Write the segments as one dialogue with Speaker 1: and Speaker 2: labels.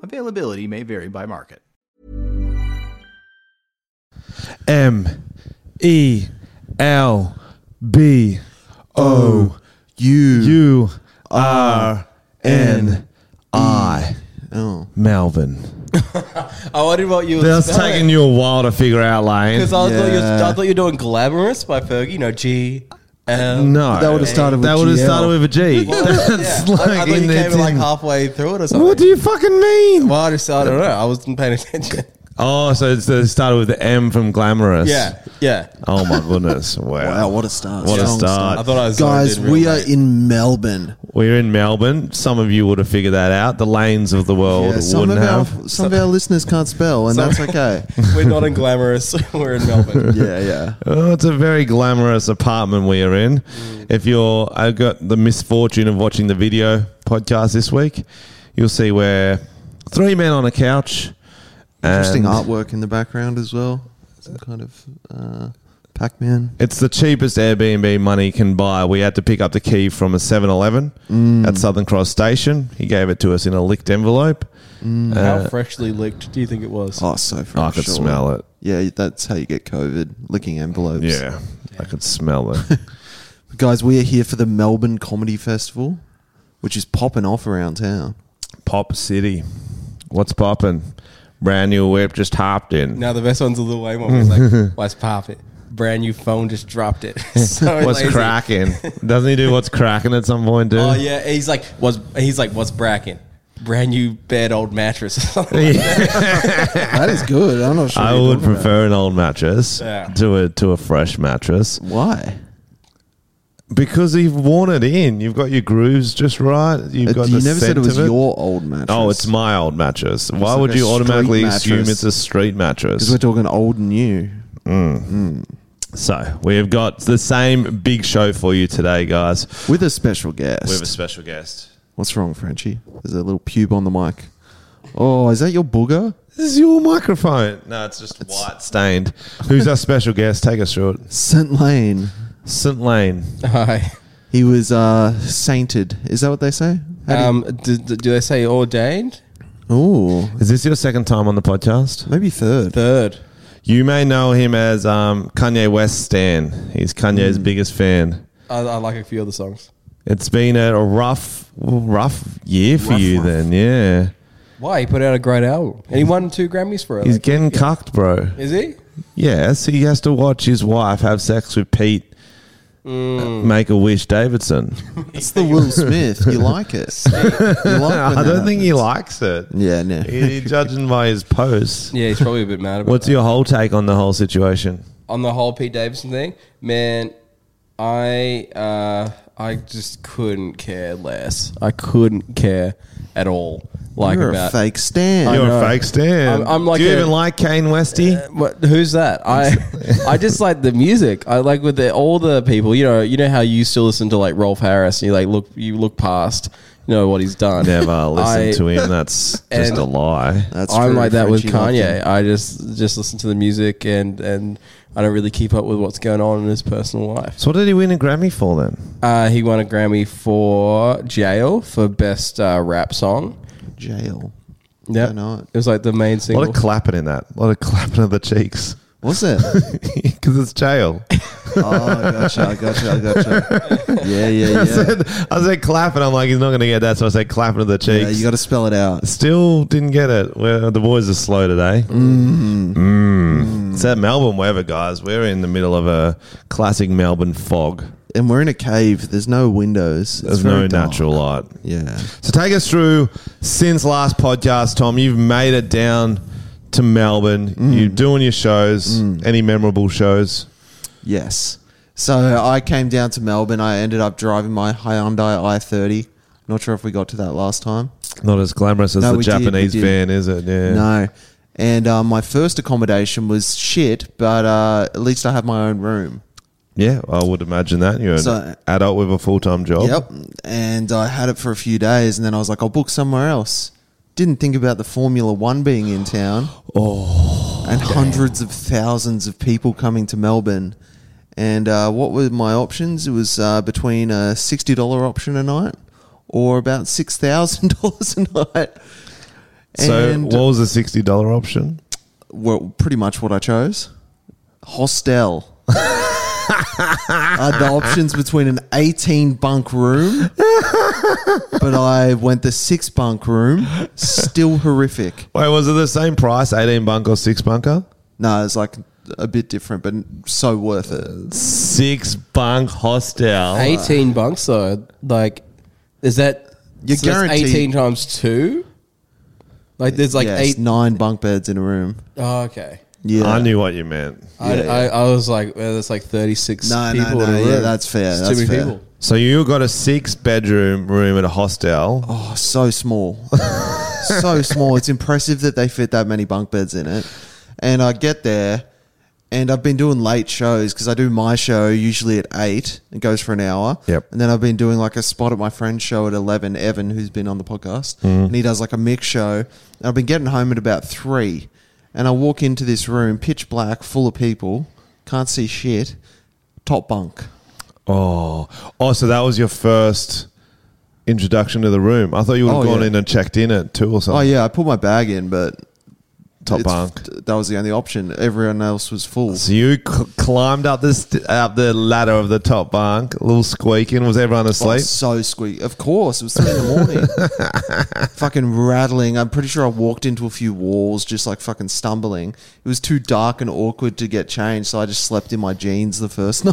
Speaker 1: Availability may vary by market.
Speaker 2: M E L B O
Speaker 3: You.
Speaker 2: U R N I.
Speaker 3: Oh.
Speaker 2: Malvin.
Speaker 4: I wondered what you were
Speaker 2: That's taking you a while to figure out, Lane.
Speaker 4: Because I, was- thought you was-
Speaker 3: Yeah.
Speaker 4: I thought you were doing Glamorous by Fergie. You know, G. L.
Speaker 2: No,
Speaker 3: That would've started with
Speaker 2: That would have
Speaker 3: GL.
Speaker 2: started with a G. That's
Speaker 4: I, I
Speaker 2: like
Speaker 4: thought
Speaker 2: in
Speaker 4: you
Speaker 2: there,
Speaker 4: came in like
Speaker 2: didn't-
Speaker 4: halfway through it or something.
Speaker 2: What do you fucking mean?
Speaker 4: Well, I just, I don't know. I wasn't paying attention.
Speaker 2: Oh, so it's- it started with the M from glamorous.
Speaker 4: Yeah, yeah.
Speaker 2: Oh my goodness! Wow.
Speaker 3: Wow, what a start.
Speaker 2: What a
Speaker 3: Strong
Speaker 2: start.
Speaker 4: I thought I was
Speaker 3: Guys,
Speaker 4: zoned in
Speaker 3: we
Speaker 4: real
Speaker 3: are
Speaker 4: late.
Speaker 3: in Melbourne.
Speaker 2: We're in Melbourne. Some of you would have figured that out. The lanes of the world
Speaker 3: Yeah, some
Speaker 2: wouldn't
Speaker 3: of our
Speaker 2: have.
Speaker 3: some of our listeners can't spell, and that's okay.
Speaker 4: We're not in Glamorous. We're in Melbourne.
Speaker 3: yeah, yeah.
Speaker 2: Oh, it's a very glamorous apartment we are in. If you're, I got the misfortune of watching the video podcast this week. You'll see where three men on a couch.
Speaker 3: Interesting
Speaker 2: and
Speaker 3: artwork in the background as well. Some kind of uh, Pac-Man.
Speaker 2: It's the cheapest Airbnb money can buy. We had to pick up the key from a 7 Eleven at Southern Cross Station. He gave it to us in a licked envelope.
Speaker 4: How freshly licked do you think it was?
Speaker 3: Oh, so for
Speaker 2: I could
Speaker 3: sure.
Speaker 2: smell it.
Speaker 3: Yeah, that's how you get COVID. Licking envelopes.
Speaker 2: Yeah, I could smell it.
Speaker 3: Guys, we are here for the Melbourne Comedy Festival, which is popping off around town.
Speaker 2: Pop City. What's popping? Brand new whip just hopped in.
Speaker 4: Now the best one's a little way more. It's like, what's poppin'? Brand new phone just dropped it. so
Speaker 2: What's
Speaker 4: lazy.
Speaker 2: cracking? Doesn't he do what's cracking at some point, dude?
Speaker 4: Oh yeah, he's like, what's he's like, what's bracking? Brand new bed, old mattress. yeah.
Speaker 3: That is good. I'm not sure.
Speaker 2: I
Speaker 3: what you're
Speaker 2: would
Speaker 3: talking about.
Speaker 2: prefer an old mattress
Speaker 4: Yeah.
Speaker 2: to a to a fresh mattress
Speaker 3: Why?
Speaker 2: because you've worn it in. You've got your grooves just right. You've
Speaker 3: Uh,
Speaker 2: got
Speaker 3: you
Speaker 2: the
Speaker 3: never said
Speaker 2: scent
Speaker 3: it was
Speaker 2: of
Speaker 3: your old mattress.
Speaker 2: Oh, it's my old mattress. Why
Speaker 3: like
Speaker 2: would
Speaker 3: a
Speaker 2: you
Speaker 3: street
Speaker 2: automatically assume
Speaker 3: mattress.
Speaker 2: it's a street
Speaker 3: because
Speaker 2: mattress?
Speaker 3: we're talking old and new.
Speaker 2: So we have got the same big show for you today, guys.
Speaker 3: With a special guest.
Speaker 2: We have a special guest.
Speaker 3: What's wrong, Frenchie? There's a little pube on the mic. Oh, is that your booger?
Speaker 2: This is your microphone. No, it's just white stained. Who's our special guest? Take us through it.
Speaker 3: Saint Lane.
Speaker 2: St. Lane.
Speaker 4: Hi.
Speaker 3: He was uh, sainted. Is that what they say?
Speaker 4: Um, do, do, do they say ordained?
Speaker 3: Oh,
Speaker 2: Is this your second time on the podcast?
Speaker 3: maybe third.
Speaker 4: Third.
Speaker 2: You may know him as um, Kanye West Stan. He's Kanye's biggest fan.
Speaker 4: I, I like a few other songs.
Speaker 2: It's been a rough, rough year for
Speaker 3: Rough,
Speaker 2: you
Speaker 3: rough.
Speaker 2: then, yeah.
Speaker 4: Why he put out a great album and he won two Grammys for it.
Speaker 2: He's
Speaker 4: Like,
Speaker 2: getting cucked, bro.
Speaker 4: is he?
Speaker 2: Yes, he has to watch his wife have sex with Pete Make a Wish Davidson.
Speaker 3: It's the Will Smith. You like it? you like when
Speaker 2: I
Speaker 3: that
Speaker 2: don't think he
Speaker 3: happens.
Speaker 2: likes it.
Speaker 3: Yeah, no.
Speaker 2: He- judging by his posts.
Speaker 4: Yeah, he's probably a bit mad about
Speaker 2: What's
Speaker 4: that.
Speaker 2: your whole take on the whole situation?
Speaker 4: on the whole Pete Davidson thing. Man, I uh, I just couldn't care less. I couldn't care at all. Like
Speaker 3: You're a
Speaker 4: about
Speaker 3: fake stan.
Speaker 2: You're a
Speaker 4: know.
Speaker 2: fake Stan.
Speaker 4: I'm- I'm like
Speaker 2: Do you
Speaker 4: a-
Speaker 2: even like Kane Westy?
Speaker 4: What, who's that? I I just like the music. I like with the, all the people. You know, you know how you still listen to like Rolf Harris, and you like look, you look past, you know what he's done.
Speaker 2: Never listen
Speaker 4: I-
Speaker 2: to him. That's just
Speaker 4: and-
Speaker 2: a lie.
Speaker 3: That's
Speaker 4: I'm
Speaker 3: true.
Speaker 4: like that with
Speaker 3: Frenchie loved him.
Speaker 4: Kanye. I just just listen to the music and and I don't really keep up with what's going on in his personal life.
Speaker 2: So what did he win a Grammy for then?
Speaker 4: Uh, he won a Grammy for Jail for best uh, rap song.
Speaker 3: Jail.
Speaker 4: Yeah,
Speaker 3: Why not?
Speaker 4: it was like the main
Speaker 2: A
Speaker 4: single.
Speaker 2: lot of clapping in that. A lot of clapping of the cheeks.
Speaker 3: What's that?
Speaker 2: Because it's jail.
Speaker 3: oh, I gotcha, I gotcha, I gotcha. Yeah, yeah, yeah.
Speaker 2: I said clapping. I'm like, he's not going to get that. So I said clapping of the cheeks.
Speaker 3: yeah you got to spell it out.
Speaker 2: Still didn't get it. Well, the boys are slow today. Mm.
Speaker 3: Mm.
Speaker 2: It's that Melbourne weather, guys. We're in the middle of a classic Melbourne fog.
Speaker 3: And we're in a cave. There's no windows. It's
Speaker 2: There's
Speaker 3: very
Speaker 2: no
Speaker 3: dark.
Speaker 2: natural light.
Speaker 3: Yeah.
Speaker 2: So take us through since last podcast, Tom. You've made it down to Melbourne. You're doing your shows. Any memorable shows?
Speaker 3: Yes. So I came down to Melbourne. I ended up driving my Hyundai i30. Not sure if we got to that last time.
Speaker 2: Not as glamorous as
Speaker 3: No,
Speaker 2: the
Speaker 3: we did, we
Speaker 2: Japanese
Speaker 3: did.
Speaker 2: van, is it? Yeah.
Speaker 3: No. And uh, my first accommodation was shit, but uh, at least I had my own room.
Speaker 2: Yeah, I would imagine that. You're
Speaker 3: So-
Speaker 2: an adult with a full time job.
Speaker 3: Yep. And I had it for a few days, and then I was like, I'll book somewhere else. Didn't think about the Formula One being in town. Oh. And hundreds of thousands of people coming to Melbourne. And uh, what were my options? It was uh, between a $60 option a night or about $6,000 a night.
Speaker 2: So,
Speaker 3: And-
Speaker 2: what was the sixty dollar option?
Speaker 3: well, pretty much what I chose. Hostel. I had the options between an 18 bunk room, but I went the six bunk room. Still horrific.
Speaker 2: Wait, was it the same price, eighteen bunker, six bunker?
Speaker 3: No, it's like a bit different, but so worth it.
Speaker 2: Six bunk hostel.
Speaker 3: Oh,
Speaker 4: 18 bunks though. Like, is that
Speaker 3: You're
Speaker 4: so that's
Speaker 3: guaranteed-
Speaker 4: 18 times two? Like, there's like
Speaker 3: Yes,
Speaker 4: eight.
Speaker 3: nine bunk beds in a room.
Speaker 4: Oh, okay.
Speaker 3: Yeah.
Speaker 2: I knew what you meant.
Speaker 4: I,
Speaker 3: Yeah, yeah.
Speaker 4: I, I was like, well, that's like 36
Speaker 3: No, no,
Speaker 4: people in
Speaker 3: no,
Speaker 4: a room.
Speaker 3: yeah, that's fair,
Speaker 4: It's
Speaker 3: that's
Speaker 4: too many
Speaker 3: fair.
Speaker 4: people.
Speaker 2: So you got a six bedroom room at a hostel.
Speaker 3: Oh, so small. so small. It's impressive that they fit that many bunk beds in it. And I get there, and I've been doing late shows because I do my show usually at 8. It goes for an hour.
Speaker 2: Yep.
Speaker 3: And then I've been doing like a spot at my friend's show at 11, Evan, who's been on the podcast. And he does like a mix show. And I've been getting home at about 3. And I walk into this room, pitch black, full of people, can't see shit, top bunk.
Speaker 2: Oh, oh, so that was your first introduction to the room. I thought you would have
Speaker 3: Oh,
Speaker 2: gone
Speaker 3: yeah.
Speaker 2: in and checked in at two or something.
Speaker 3: Oh, yeah, I put my bag in, but
Speaker 2: top
Speaker 3: it's-
Speaker 2: bunk.
Speaker 3: That was the only option. Everyone else was full.
Speaker 2: So you c- climbed up the st- up the ladder of the top bunk, a little squeaking. Was everyone
Speaker 3: Oh,
Speaker 2: asleep?
Speaker 3: so squeaky. Of course, it was three in the morning. fucking rattling. I'm pretty sure I walked into a few walls, just like fucking stumbling. It was too dark and awkward to get changed, so I just slept in my jeans the first night.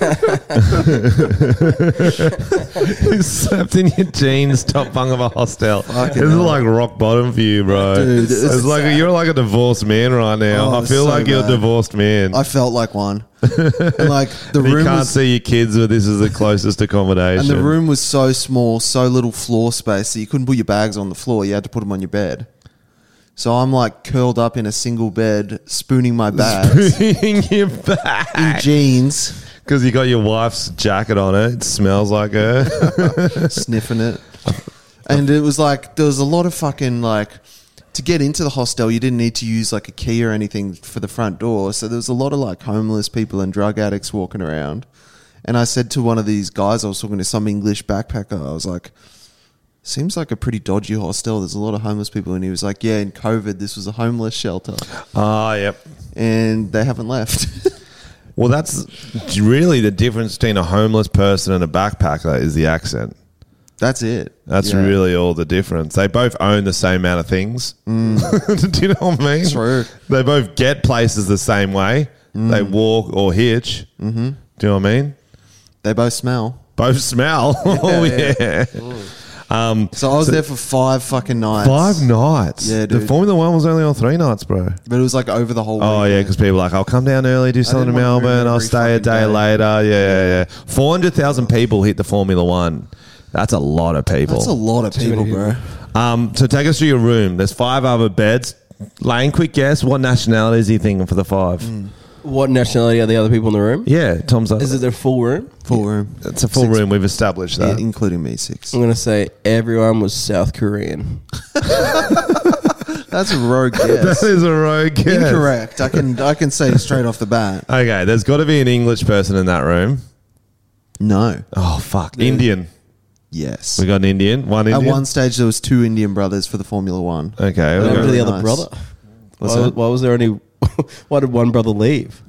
Speaker 2: you slept in your jeans, top bunk of a hostel. This
Speaker 3: Fucking
Speaker 2: is
Speaker 3: hell.
Speaker 2: like rock bottom for you, bro.
Speaker 3: Dude,
Speaker 2: it's
Speaker 3: it's so
Speaker 2: like you're like a divorced man right now.
Speaker 3: Oh,
Speaker 2: I feel
Speaker 3: so
Speaker 2: like you're a
Speaker 3: bad.
Speaker 2: divorced man.
Speaker 3: I felt like one. And like the
Speaker 2: you
Speaker 3: room
Speaker 2: can't
Speaker 3: was,
Speaker 2: see your kids, but this is the closest accommodation.
Speaker 3: and the room was so small, so little floor space that you couldn't put your bags on the floor. You had to put them on your bed. So I'm like curled up in a single bed, spooning my bags
Speaker 2: in your
Speaker 3: in
Speaker 2: back
Speaker 3: jeans.
Speaker 2: because you got your wife's jacket on it. It smells like her.
Speaker 3: sniffing it. And it was like there was a lot of fucking like to get into the hostel you didn't need to use like a key or anything for the front door. So there was a lot of like homeless people and drug addicts walking around. And I said to one of these guys, I was talking to some English backpacker, I was like, Seems like a pretty dodgy hostel. There's a lot of homeless people. And he was like, Yeah, in COVID, this was a homeless shelter.
Speaker 2: Ah, yep.
Speaker 3: And they haven't left.
Speaker 2: Well, that's really the difference between a homeless person and a backpacker is the accent.
Speaker 3: That's it.
Speaker 2: That's
Speaker 3: Yeah.
Speaker 2: really all the difference. They both own the same amount of things. Do you know what I mean?
Speaker 3: True.
Speaker 2: They both get places the same way. They walk or hitch. Mm-hmm. Do you know what I mean?
Speaker 3: They both smell.
Speaker 2: Both smell. oh yeah.
Speaker 3: So I was there for five fucking nights.
Speaker 2: Five nights.
Speaker 3: Yeah,
Speaker 2: The
Speaker 3: dude.
Speaker 2: Formula One was only on three nights, bro.
Speaker 3: But it was like over the whole
Speaker 2: Oh
Speaker 3: weekend.
Speaker 2: yeah, because people are like, I'll come down early, do something in
Speaker 3: didn't want to
Speaker 2: Melbourne,
Speaker 3: ruin
Speaker 2: I'll
Speaker 3: every
Speaker 2: stay a
Speaker 3: fucking
Speaker 2: day
Speaker 3: day.
Speaker 2: later. Yeah, yeah, yeah. Four hundred thousand people hit the Formula One. That's a lot of people.
Speaker 3: That's a lot of people,
Speaker 4: many
Speaker 3: bro.
Speaker 2: Um, so take us through your room. There's five other beds. Lane, quick guess. What nationalities are you thinking for the five?
Speaker 3: Hmm.
Speaker 4: What nationality are the other people in the room?
Speaker 2: Yeah, Tom's up.
Speaker 4: Is it their full room?
Speaker 3: Full room.
Speaker 2: it's a full room. We've established
Speaker 3: Yeah,
Speaker 2: that.
Speaker 3: including me, six.
Speaker 4: I'm going to say everyone was South Korean.
Speaker 3: That's a rogue guess.
Speaker 2: That is a rogue guess.
Speaker 3: Incorrect. I can I can say straight off the bat.
Speaker 2: Okay, there's got to be an English person in that room.
Speaker 3: No.
Speaker 2: Oh fuck, Indian.
Speaker 3: Yes.
Speaker 2: We got an Indian. One
Speaker 3: At
Speaker 2: Indian.
Speaker 3: Uh,
Speaker 2: Uh,
Speaker 3: one stage, there was two Indian brothers for the Formula One.
Speaker 2: Okay. we
Speaker 4: What
Speaker 2: got-
Speaker 4: happened to the other
Speaker 3: nice.
Speaker 4: brother?
Speaker 3: What's
Speaker 4: Why,
Speaker 3: that?
Speaker 4: why was there only? Why did one brother leave?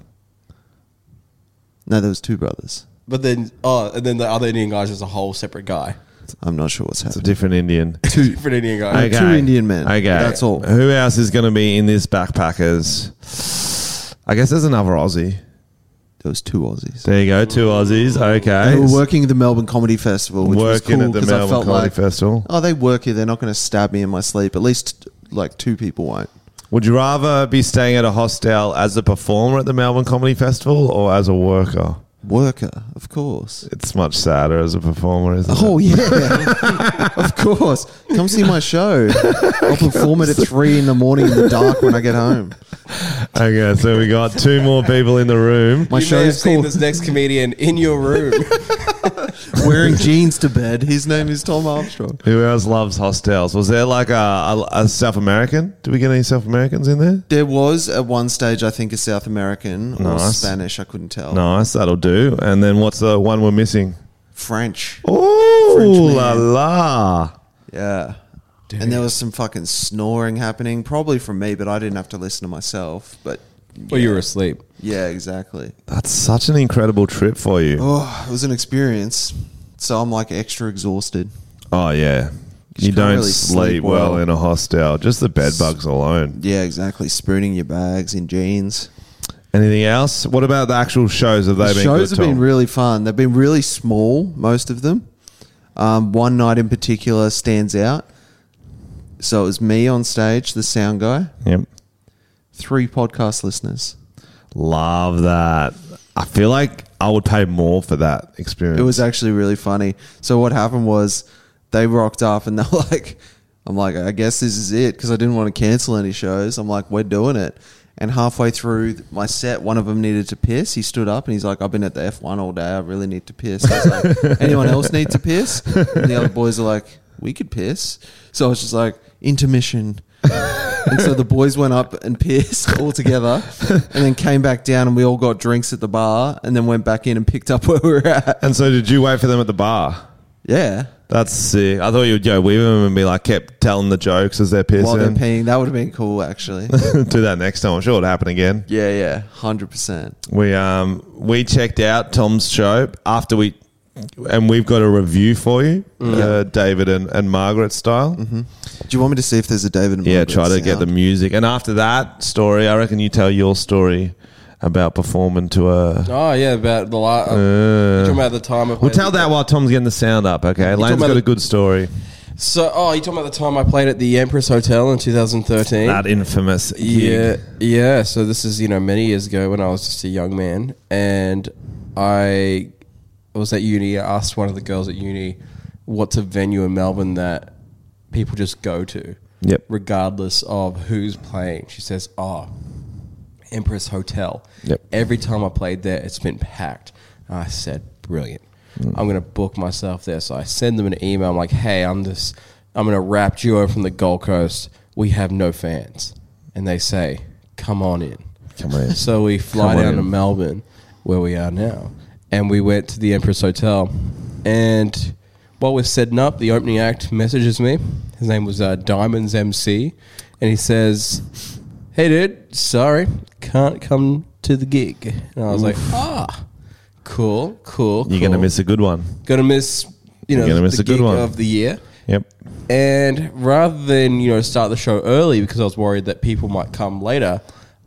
Speaker 3: No, there was two brothers.
Speaker 4: But then, oh, and then the other Indian guy's just a whole separate guy.
Speaker 3: I'm not sure what's
Speaker 2: It's a
Speaker 3: happening.
Speaker 2: different Indian.
Speaker 4: Two different Indian guys.
Speaker 2: Okay.
Speaker 3: Two Indian men.
Speaker 2: Okay.
Speaker 3: That's all.
Speaker 2: Who else is going to be in this backpackers? I guess there's another Aussie.
Speaker 3: There was two Aussies.
Speaker 2: There you go, two Aussies. Okay.
Speaker 3: They were working at the Melbourne Comedy Festival, which was
Speaker 2: Working
Speaker 3: cool
Speaker 2: at the
Speaker 3: 'cause I
Speaker 2: Melbourne
Speaker 3: felt
Speaker 2: Comedy
Speaker 3: like,
Speaker 2: Festival.
Speaker 3: oh, they work here. They're not going to stab me in my sleep. At least like two people won't.
Speaker 2: Would you rather be staying at a hostel as a performer at the Melbourne Comedy Festival or as a worker?
Speaker 3: worker, of course.
Speaker 2: It's much sadder as a performer, isn't
Speaker 3: Oh
Speaker 2: it?
Speaker 3: yeah, of course. Come see my show. I'll perform it at three in the morning in the dark when I get home.
Speaker 2: Okay, so we got two more people in the room.
Speaker 3: My
Speaker 4: you may have
Speaker 3: show's
Speaker 4: seen
Speaker 3: called
Speaker 4: this next comedian in your room.
Speaker 3: Wearing Jeans to Bed. His name is Tom Armstrong.
Speaker 2: Who else loves hostels? Was there like a, a, a South American? Did we get any South Americans in there?
Speaker 3: There was at one stage, I think, a South American or
Speaker 2: Nice.
Speaker 3: Spanish. I couldn't tell.
Speaker 2: Nice, that'll do. And then what's the one we're missing?
Speaker 3: French.
Speaker 2: Oh,
Speaker 3: French
Speaker 2: la
Speaker 3: man.
Speaker 2: la.
Speaker 3: Yeah. And there was some fucking snoring happening, probably from me, but I didn't have to listen to myself. But
Speaker 4: well, you were asleep.
Speaker 3: yeah, exactly.
Speaker 2: That's such an incredible trip for you.
Speaker 3: Oh, it was an experience. So I'm like extra exhausted.
Speaker 2: Oh, yeah. You
Speaker 3: can't
Speaker 2: don't
Speaker 3: really
Speaker 2: sleep,
Speaker 3: sleep
Speaker 2: well
Speaker 3: well.
Speaker 2: in a hostel. Just the bed bugs alone.
Speaker 3: Yeah, exactly. Spooning your bags in jeans.
Speaker 2: Anything else? What about the actual shows? Have they
Speaker 3: The
Speaker 2: been
Speaker 3: shows
Speaker 2: good,
Speaker 3: have been
Speaker 2: Tom?
Speaker 3: really fun. They've been really small, most of them. Um, one night in particular stands out. So it was me on stage, the sound guy,
Speaker 2: Yep.
Speaker 3: three podcast listeners.
Speaker 2: Love that. I feel like I would pay more for that experience.
Speaker 3: It was actually really funny. So what happened was they rocked up and they're like, I'm like, I guess this is it because I didn't want to cancel any shows. I'm like, we're doing it. And halfway through my set, one of them needed to piss. He stood up and he's like, I've been at the F1 all day. I really need to piss. I was like, anyone else need to piss? And the other boys are like, we could piss. So I was just like, intermission. and so the boys went up and pissed all together and then came back down and we all got drinks at the bar and then went back in and picked up where we were at.
Speaker 2: and so, did you wait for them at the bar?
Speaker 3: Yeah.
Speaker 2: That's sick. I thought you'd go with them and be like, kept telling the jokes as they're pissing.
Speaker 3: While they're peeing. That would have been cool, actually.
Speaker 2: Do that next time. I'm sure it'll happen again.
Speaker 3: yeah, yeah. 100%.
Speaker 2: We um we checked out Tom's show after we, and we've got a review for you,
Speaker 4: Mm.
Speaker 2: uh, David and, and Margaret style.
Speaker 4: Mm-hmm.
Speaker 3: Do you want me to see if there's a David and
Speaker 2: Yeah,
Speaker 3: Margaret
Speaker 2: try to get the
Speaker 3: sound?
Speaker 2: music. And after that story, I reckon you tell your story about performing to a.
Speaker 4: Oh yeah, about the last. talking about the time of.
Speaker 2: We'll tell that while Tom's getting the sound up. Okay, Lane's
Speaker 4: about
Speaker 2: got a
Speaker 4: the-
Speaker 2: good story.
Speaker 4: So, oh, you talking about the time I played at the Empress Hotel in 2013?
Speaker 2: That infamous.
Speaker 4: Eh? Yeah,
Speaker 2: gig.
Speaker 4: yeah. So this is you know many years ago when I was just a young man, and I was at uni. I asked one of the girls at uni, "What's a venue in Melbourne that people just go to,
Speaker 2: Yep.
Speaker 4: regardless of who's playing?" She says, "Oh, Empress Hotel.
Speaker 2: Yep.
Speaker 4: Every time I played there, it's been packed." And I said, "Brilliant.
Speaker 2: Hmm.
Speaker 4: I'm going to book myself there." So I send them an email. I'm like, "Hey, I'm this. I'm going to rap duo from the Gold Coast. We have no fans," and they say, "Come on in."
Speaker 2: Come on in.
Speaker 4: So we fly
Speaker 2: Come on
Speaker 4: down
Speaker 2: in.
Speaker 4: to Melbourne, where we are now, and we went to the Empress Hotel. And while we're setting up, the opening act messages me. His name was uh, Diamonds MC, and he says, "Hey, dude, sorry, can't come to the gig." And I was like, "Ah, cool, cool.
Speaker 2: You're
Speaker 4: cool.
Speaker 2: gonna miss a good one.
Speaker 4: Gonna miss. You know,
Speaker 2: You're gonna miss
Speaker 4: the
Speaker 2: a good
Speaker 4: gig
Speaker 2: one.
Speaker 4: of the year."
Speaker 2: Yep.
Speaker 4: And rather than you know start the show early because I was worried that people might come later,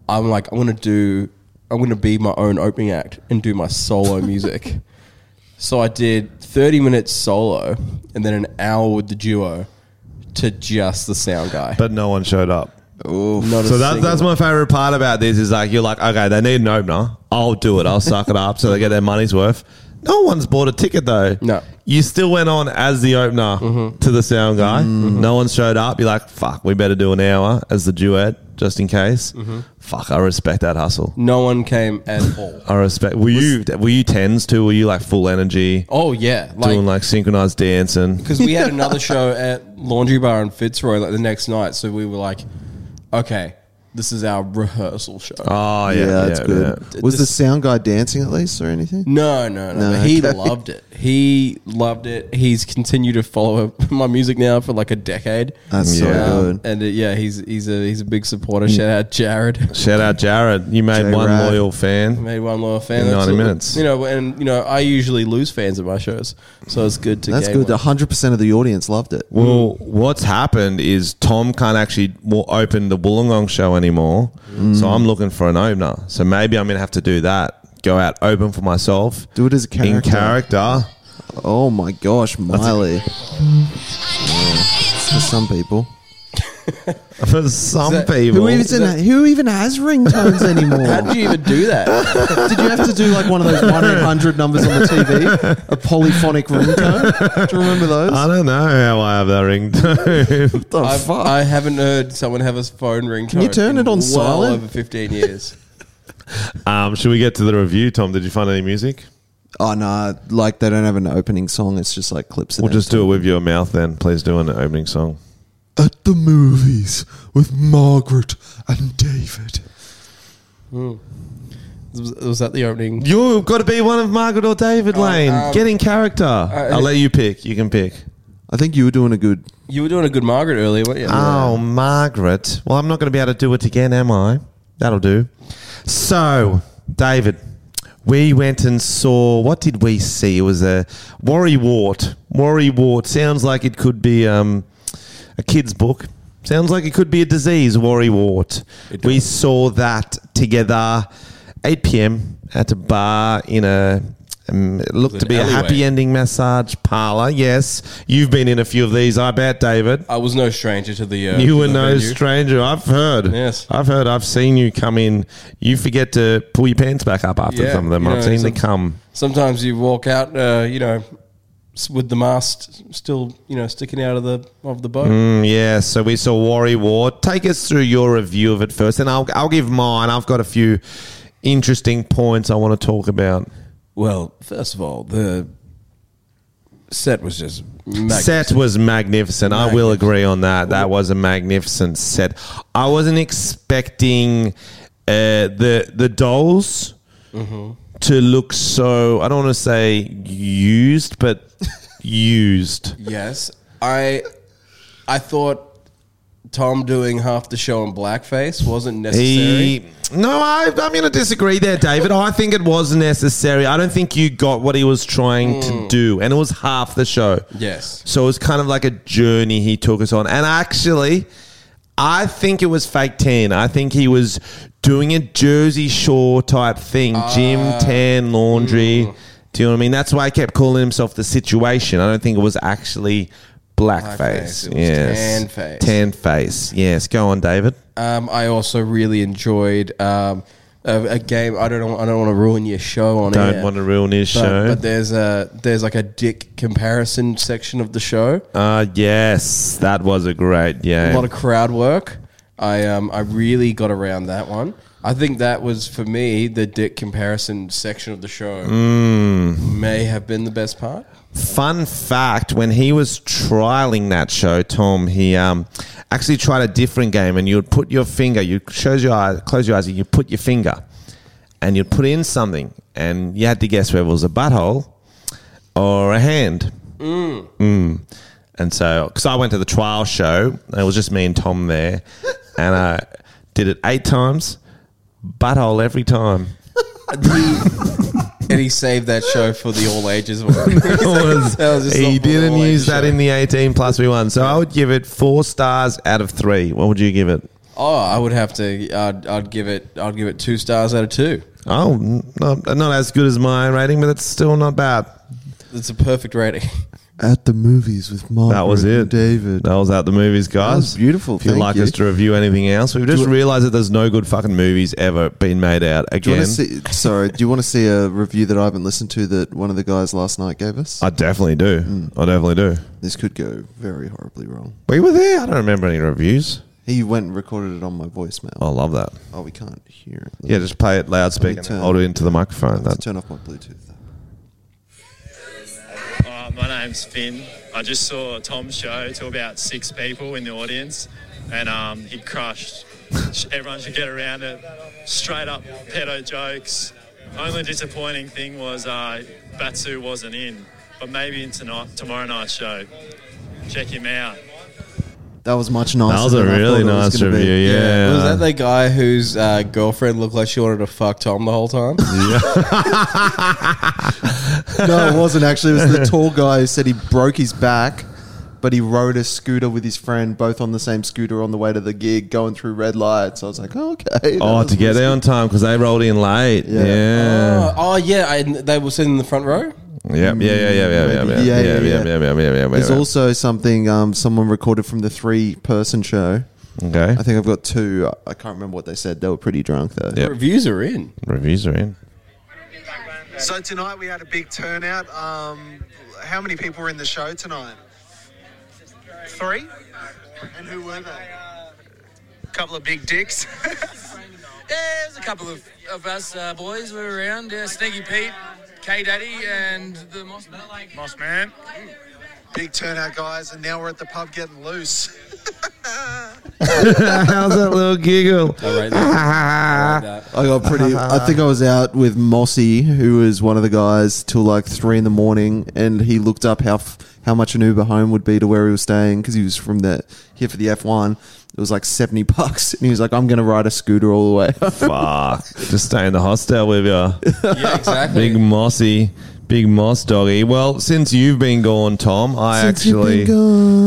Speaker 4: I'm like I'm gonna do I'm gonna be my own opening act and do my solo music. So I did 30 minutes solo and then an hour with the duo to just the sound guy.
Speaker 2: But no one showed up.
Speaker 4: Not a
Speaker 2: So that's
Speaker 4: single-
Speaker 2: that's my favorite part about this is like you're like okay they need an opener I'll do it I'll suck it up so they get their money's worth. No one's bought a ticket though.
Speaker 4: No.
Speaker 2: you still went on as the opener to the sound guy. No one showed up. You're like fuck, we better do an hour as the duet just in case. Fuck, I respect that hustle.
Speaker 4: no one came at all.
Speaker 2: I respect. Were you were you tens too? Were you like full energy
Speaker 4: Oh yeah,
Speaker 2: doing like synchronized dancing?
Speaker 4: because we had another show at Laundry Bar in Fitzroy like the next night, so we were like, okay, this is our rehearsal show.
Speaker 2: Oh yeah,
Speaker 3: Yeah,
Speaker 2: yeah,
Speaker 3: that's good.
Speaker 2: yeah.
Speaker 3: Was the sound guy dancing at least or anything?
Speaker 4: No, no, no.
Speaker 3: No,
Speaker 4: but he
Speaker 3: okay.
Speaker 4: loved it. He loved it. He's continued to follow my music now for like a decade.
Speaker 3: That's
Speaker 2: Yeah.
Speaker 3: so
Speaker 4: Um,
Speaker 3: good. Mm.
Speaker 4: and uh, yeah, he's he's a he's a big supporter. Shout out Jared.
Speaker 2: Shout out Jared. You made one
Speaker 3: J-Rad.
Speaker 2: loyal fan.
Speaker 4: Made one loyal fan.
Speaker 2: In 90
Speaker 4: Absolutely.
Speaker 2: minutes.
Speaker 4: You know, and you know, I usually lose fans at my shows, so it's good to.
Speaker 3: That's
Speaker 4: gain
Speaker 3: good.
Speaker 4: one.
Speaker 3: 100% of the audience loved it.
Speaker 2: Well, what's happened is Tom can't actually wa- open the Wollongong show anymore.
Speaker 3: Mm.
Speaker 2: So I'm looking for an opener. So maybe I'm going to have to do that. Go out open for myself.
Speaker 3: Do it as a character.
Speaker 2: In character.
Speaker 3: Oh my gosh, Miley. For some people.
Speaker 2: For some
Speaker 4: that-
Speaker 2: people,
Speaker 3: Who even, who even has ringtones
Speaker 4: How did
Speaker 3: anymore?
Speaker 4: you even do that?
Speaker 3: Did you have to do like one of those 1 800 numbers on the TV? A polyphonic ringtone? Do you remember those?
Speaker 2: I don't know how I have that ringtone.
Speaker 3: the
Speaker 4: I've,
Speaker 3: fuck?
Speaker 4: I haven't heard someone have a phone ringtone.
Speaker 3: you turn
Speaker 4: in
Speaker 3: it on
Speaker 4: well
Speaker 3: silent?
Speaker 4: Over fifteen years.
Speaker 2: um, should we get to the review, Tom? Did you find any music?
Speaker 3: oh, no. Like, they don't have an opening song. It's just like clips.
Speaker 2: We'll just do it with your mouth then. Please do an opening song.
Speaker 3: At the movies with Margaret and David.
Speaker 4: was, was that the opening?
Speaker 2: You've got to be one of Margaret or David Lane.
Speaker 4: um,
Speaker 2: get in character. I'll let you pick. You can pick.
Speaker 3: I think you were doing a good.
Speaker 4: You were doing a good Margaret earlier, weren't you?
Speaker 2: Oh, Margaret. Well, I'm not going to be able to do it again, am I? That'll do. So, David, we went and saw. What did we see? It was a Worry Wart. Worry Wart sounds like it could be um, a kid's book. Sounds like it could be a disease, Worry Wart. We saw that together, 8 p.m. at a bar in a. Um, it looked to
Speaker 4: an
Speaker 2: be a
Speaker 4: alleyway.
Speaker 2: happy ending massage parlor. Yes, you've been in a few of these, I bet, David.
Speaker 4: I was no stranger to the. Uh,
Speaker 2: You
Speaker 4: to
Speaker 2: were
Speaker 4: the
Speaker 2: no
Speaker 4: venue.
Speaker 2: stranger. I've heard.
Speaker 4: Yes.
Speaker 2: I've heard. I've seen you come in. You forget to pull your pants back up after
Speaker 4: Yeah,
Speaker 2: some of them.
Speaker 4: you
Speaker 2: I've
Speaker 4: know,
Speaker 2: seen
Speaker 4: some-
Speaker 2: them come.
Speaker 4: Sometimes you walk out, uh, you know, s- with the mast still, you know, sticking out of the of the boat.
Speaker 2: Mm, yeah. So we saw Worry War. Take us through your review of it first, and I'll I'll give mine. I've got a few interesting points I want to talk about.
Speaker 4: Well, first of all, the set was just magnificent.
Speaker 2: set was magnificent. I will agree on that. That was a magnificent set. I wasn't expecting uh, the the dolls to look so. I don't want to say used, but used.
Speaker 4: Yes, I, I thought Tom doing half the show in blackface wasn't necessary.
Speaker 2: He, no, I, I'm going to disagree there, David. I think it was necessary. I don't think you got what he was trying to do, and it was half the show.
Speaker 4: Hmm. yes,
Speaker 2: So it was kind of like a journey he took us on. And actually, I think it was fake 10. I think he was doing a Jersey Shore type thing,
Speaker 4: Ah.
Speaker 2: gym, tan,
Speaker 4: Hmm.
Speaker 2: laundry. Do you know what I mean? That's why I kept calling himself the situation. I don't think it was actually blackface.
Speaker 4: Blackface. It was
Speaker 2: yes.
Speaker 4: tan face.
Speaker 2: Tan face. Yes. Go on, David.
Speaker 4: um, I also really enjoyed um, a, a game. I don't, know- I don't want to ruin your show on
Speaker 2: Don't
Speaker 4: air.
Speaker 2: want to ruin his
Speaker 4: but,
Speaker 2: show.
Speaker 4: but there's a there's like a dick comparison section of the show.
Speaker 2: uh, yes, that was a great game.
Speaker 4: A lot of crowd work. I um I really got around that one. I think that was for me the dick comparison section of the show
Speaker 2: Mm.
Speaker 4: may have been the best part.
Speaker 2: Fun fact: When he was trialing that show, Tom, he um, actually tried a different game, and you would put your finger, you close your eyes, close your eyes, and you put your finger, and you'd put in something, and you had to guess whether it was a butthole or a hand. Mm. And so, because I went to the trial show, and it was just me and Tom there, and I did it eight times, butthole every time.
Speaker 4: and he saved that show for the all ages one.
Speaker 2: It was-
Speaker 4: That was just
Speaker 2: he
Speaker 4: not for the
Speaker 2: didn't
Speaker 4: all-age
Speaker 2: use that
Speaker 4: show.
Speaker 2: in the 18 plus we won. So I would give it four stars out of three. What would you give it?
Speaker 4: oh, I would have to. I'd, I'd give it. I'd give it two stars out of two.
Speaker 2: Oh, n- not, not as good as my rating, but it's still not bad.
Speaker 4: It's a perfect rating.
Speaker 3: At the movies with Margaret
Speaker 2: That was it.
Speaker 3: and David.
Speaker 2: That was at the movies, guys.
Speaker 3: was beautiful.
Speaker 2: If you'd
Speaker 3: Thank
Speaker 2: like
Speaker 3: you.
Speaker 2: us to review anything else, we've just
Speaker 3: you-
Speaker 2: realized that there's no good fucking movies ever been made out
Speaker 3: Do you
Speaker 2: again.
Speaker 3: want to see, sorry, do you want to see a review that I haven't listened to that one of the guys last night gave us?
Speaker 2: I definitely do.
Speaker 3: Hmm.
Speaker 2: I definitely do.
Speaker 3: this could go very horribly wrong.
Speaker 2: We were there. I don't remember any reviews.
Speaker 3: He went and recorded it on my voicemail.
Speaker 2: I love that.
Speaker 3: Oh, we can't hear it. Let
Speaker 2: Yeah,
Speaker 3: me-
Speaker 2: just play it loudspeaker
Speaker 3: Let me
Speaker 2: and
Speaker 3: turn-
Speaker 2: hold it into the microphone.
Speaker 3: Let's
Speaker 2: That,
Speaker 3: turn off my Bluetooth. though.
Speaker 5: Uh, my name's Finn. I just saw Tom's show to about six people in the audience, and um, he crushed. Sh- Everyone should get around it. Straight up pedo jokes. Only disappointing thing was uh, Batsu wasn't in, but maybe in tonight, tomorrow night's show. Check him out.
Speaker 3: That was much nicer.
Speaker 2: that was a
Speaker 3: than I thought
Speaker 2: really
Speaker 3: it was
Speaker 2: nice
Speaker 3: gonna be.
Speaker 2: review. Yeah.
Speaker 4: Was that the guy whose uh, girlfriend looked like she wanted to fuck Tom the whole time?
Speaker 3: No, it wasn't actually. It was the tall guy who said he broke his back, but he rode a scooter with his friend, both on the same scooter on the way to the gig, going through red lights. I was like, oh, okay. that
Speaker 2: Oh,
Speaker 3: was
Speaker 2: to get
Speaker 3: nice.
Speaker 2: there on time because they rolled in late. Yeah.
Speaker 3: Yeah.
Speaker 2: Yeah.
Speaker 4: Oh, oh, yeah, I, they were sitting in the front row.
Speaker 2: Yep. Yeah. Yeah. Yeah. Yeah. Yeah. Yeah.
Speaker 3: Maybe.
Speaker 2: Yeah.
Speaker 3: Yeah,
Speaker 2: Yeah.
Speaker 3: yeah,
Speaker 2: Yeah.
Speaker 3: yeah.
Speaker 2: Yeah. Yeah. Yeah.
Speaker 3: There's also something um, someone recorded from the three person show
Speaker 2: Okay.
Speaker 3: I think I've got two. I- I can't remember what they said. They were pretty drunk though.
Speaker 2: Yep.
Speaker 4: Reviews are in.
Speaker 2: Reviews are in.
Speaker 6: So tonight we had a big turnout. Um, how many people were in the show tonight? Three. And who were they? A couple of big dicks.
Speaker 7: Yeah, there's a couple of, of us uh, boys were around. Yeah, Sneaky Pete, K Daddy, and the Moss Man.
Speaker 6: Moss man. Big turnout, guys, and now we're at the pub getting loose.
Speaker 2: How's that little giggle?
Speaker 4: I rate that.
Speaker 3: I got pretty. I think I was out with Mossy, who was one of the guys, till like three in the morning, and he looked up how f- how much an Uber home would be to where he was staying because he was from the here for the F one. It was like seventy bucks, and he was like, "I'm going to ride a scooter all the way."
Speaker 2: Fuck. Just stay in the hostel with you.
Speaker 4: Yeah, exactly.
Speaker 2: Big mossy, big moss doggy. Well, since you've been gone, Tom, I
Speaker 3: Since you've
Speaker 2: actually
Speaker 3: been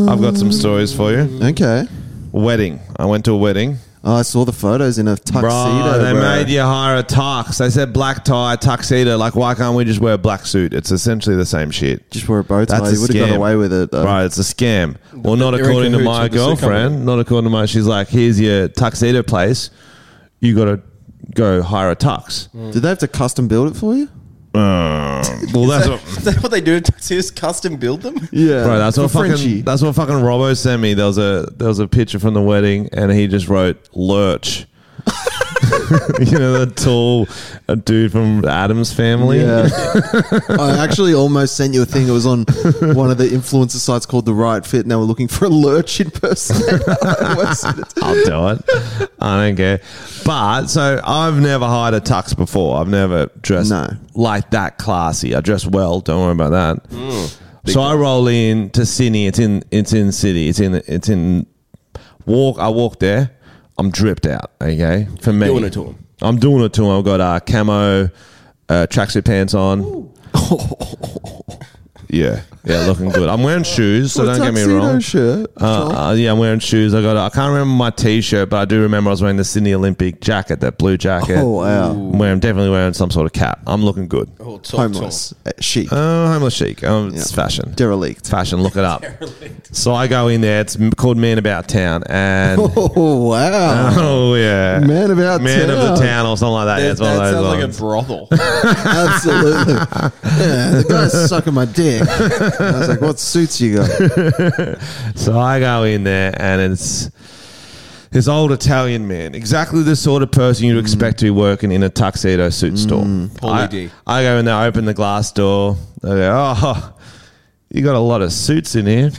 Speaker 3: gone.
Speaker 2: I've got some stories for you.
Speaker 3: okay,
Speaker 2: Wedding. I went to a wedding.
Speaker 3: oh, I saw the photos in a tuxedo.
Speaker 2: Bro, they
Speaker 3: bro.
Speaker 2: made you hire a tux. They said black tie, tuxedo. Like, why can't we just wear a black suit? It's essentially the same shit.
Speaker 3: just wear a bow tie. You would have got away with it. Though.
Speaker 2: Right, it's a scam. Well, not
Speaker 4: They're in
Speaker 2: according to
Speaker 4: cahoots
Speaker 2: my
Speaker 4: with the suit
Speaker 2: girlfriend.
Speaker 4: company.
Speaker 2: Not according to my. She's like, here's your tuxedo place. You got to go hire a tux.
Speaker 4: Mm.
Speaker 3: Did they have to custom build it for you?
Speaker 2: Um, well, that's what.
Speaker 4: Is that what they do? Is just custom build them?
Speaker 3: Yeah,
Speaker 2: Bro, that's what fucking
Speaker 3: Frenchie.
Speaker 2: that's what fucking Robbo sent me. There was a there was a picture from the wedding, and he just wrote lurch. you know the tall uh, dude from Adam's family.
Speaker 3: Yeah. I actually almost sent you a thing. It was on one of the influencer sites called The Right Fit, and they were looking for a lurch in person.
Speaker 2: I'll do it. I don't care. But so I've never hired a tux before. I've never dressed
Speaker 3: No.
Speaker 2: like that classy. I dress well. Don't worry about that.
Speaker 3: Mm.
Speaker 2: so I roll in to Sydney. It's in it's in city. It's in it's in walk. I walk there. I'm dripped out. Okay, for me,
Speaker 4: Doing a tour.
Speaker 2: I'm doing a tour. I've got uh, camo uh, tracksuit pants on. yeah, yeah, looking good. I'm wearing shoes, so don't get me
Speaker 3: Tuxedo
Speaker 2: wrong.
Speaker 3: Shirt.
Speaker 2: Uh, uh, yeah, I'm wearing shoes. I got. A, I can't remember my t-shirt, but I do remember I was wearing the Sydney Olympic jacket, that blue jacket.
Speaker 3: Oh, wow.
Speaker 2: I'm wearing, definitely wearing some sort of cap. I'm looking good. Oh,
Speaker 4: Oh, top,
Speaker 3: Homeless, uh, chic,
Speaker 2: homeless chic. Um, It's
Speaker 3: Yeah.
Speaker 2: fashion. It's
Speaker 3: derelict.
Speaker 2: fashion. Look it up. so I go in there. It's m- called Man About Town, and
Speaker 3: Oh wow!
Speaker 2: oh yeah,
Speaker 3: Man About
Speaker 2: Man of the
Speaker 3: Town.
Speaker 2: Town or something like that.
Speaker 4: That,
Speaker 2: Yeah, it's one of
Speaker 4: that
Speaker 2: those
Speaker 4: sounds like a
Speaker 2: ones.
Speaker 4: brothel.
Speaker 3: Absolutely. Yeah, the guy's sucking my dick. And I was like, "What suits you got?"
Speaker 2: So I go in there and it's this old Italian man, exactly the sort of person you'd expect to be working in a tuxedo suit store.
Speaker 4: Paulie
Speaker 2: I,
Speaker 4: D.
Speaker 2: I go in there, I open the glass door. I go, oh, you got a lot of suits in here.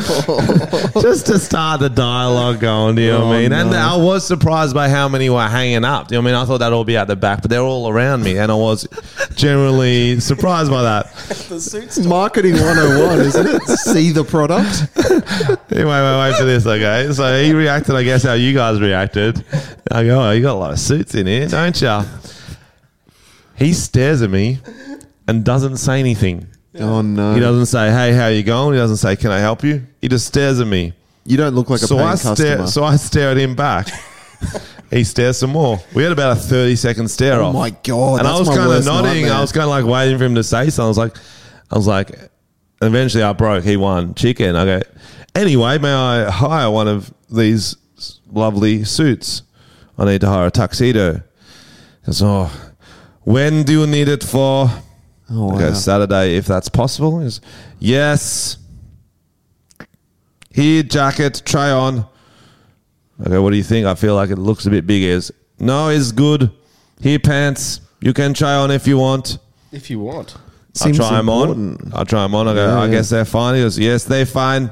Speaker 2: Just to start the dialogue going, do you know what I mean? And I was surprised by how many were hanging up. Do you know what I mean? I thought that'd all be at the back, but they're all around me, and I was generally surprised by that.
Speaker 3: Marketing 101, isn't it? See the product.
Speaker 2: Wait, wait, wait for this, okay? So he reacted, I guess, how you guys reacted. I go, oh, you got a lot of suits in here, don't you? He stares at me and doesn't say anything.
Speaker 3: Oh no!
Speaker 2: He doesn't say, hey, how you going? He doesn't say, can I help you? He just stares at me.
Speaker 3: you don't look like a
Speaker 2: So
Speaker 3: paying
Speaker 2: I,
Speaker 3: customer.
Speaker 2: stare, so I stare at him back. he stares some more. We had about a 30 second stare
Speaker 3: oh
Speaker 2: off
Speaker 3: my god!
Speaker 2: and
Speaker 3: that's
Speaker 2: I was
Speaker 3: my
Speaker 2: kind of
Speaker 3: worst
Speaker 2: nodding.
Speaker 3: nightmare.
Speaker 2: I was kind of like waiting for him to say something. I was like, I was like, eventually I broke. He won chicken. I go, anyway, may I hire one of these lovely suits? I need to hire a tuxedo. He goes, oh, when do you need it for?
Speaker 3: Oh,
Speaker 2: I go,
Speaker 3: wow.
Speaker 2: Saturday, if that's possible. He goes, yes. Here, jacket, try on. Okay, what do you think? I feel like it looks a bit big. Is no, it's good. Here, pants. You can try on if you want.
Speaker 4: if you want.
Speaker 2: I
Speaker 3: Seems
Speaker 2: try them on.
Speaker 3: important.
Speaker 2: I try them on. I go.
Speaker 3: Yeah,
Speaker 2: I
Speaker 3: yeah.
Speaker 2: guess they're fine. He goes. Yes, they're fine.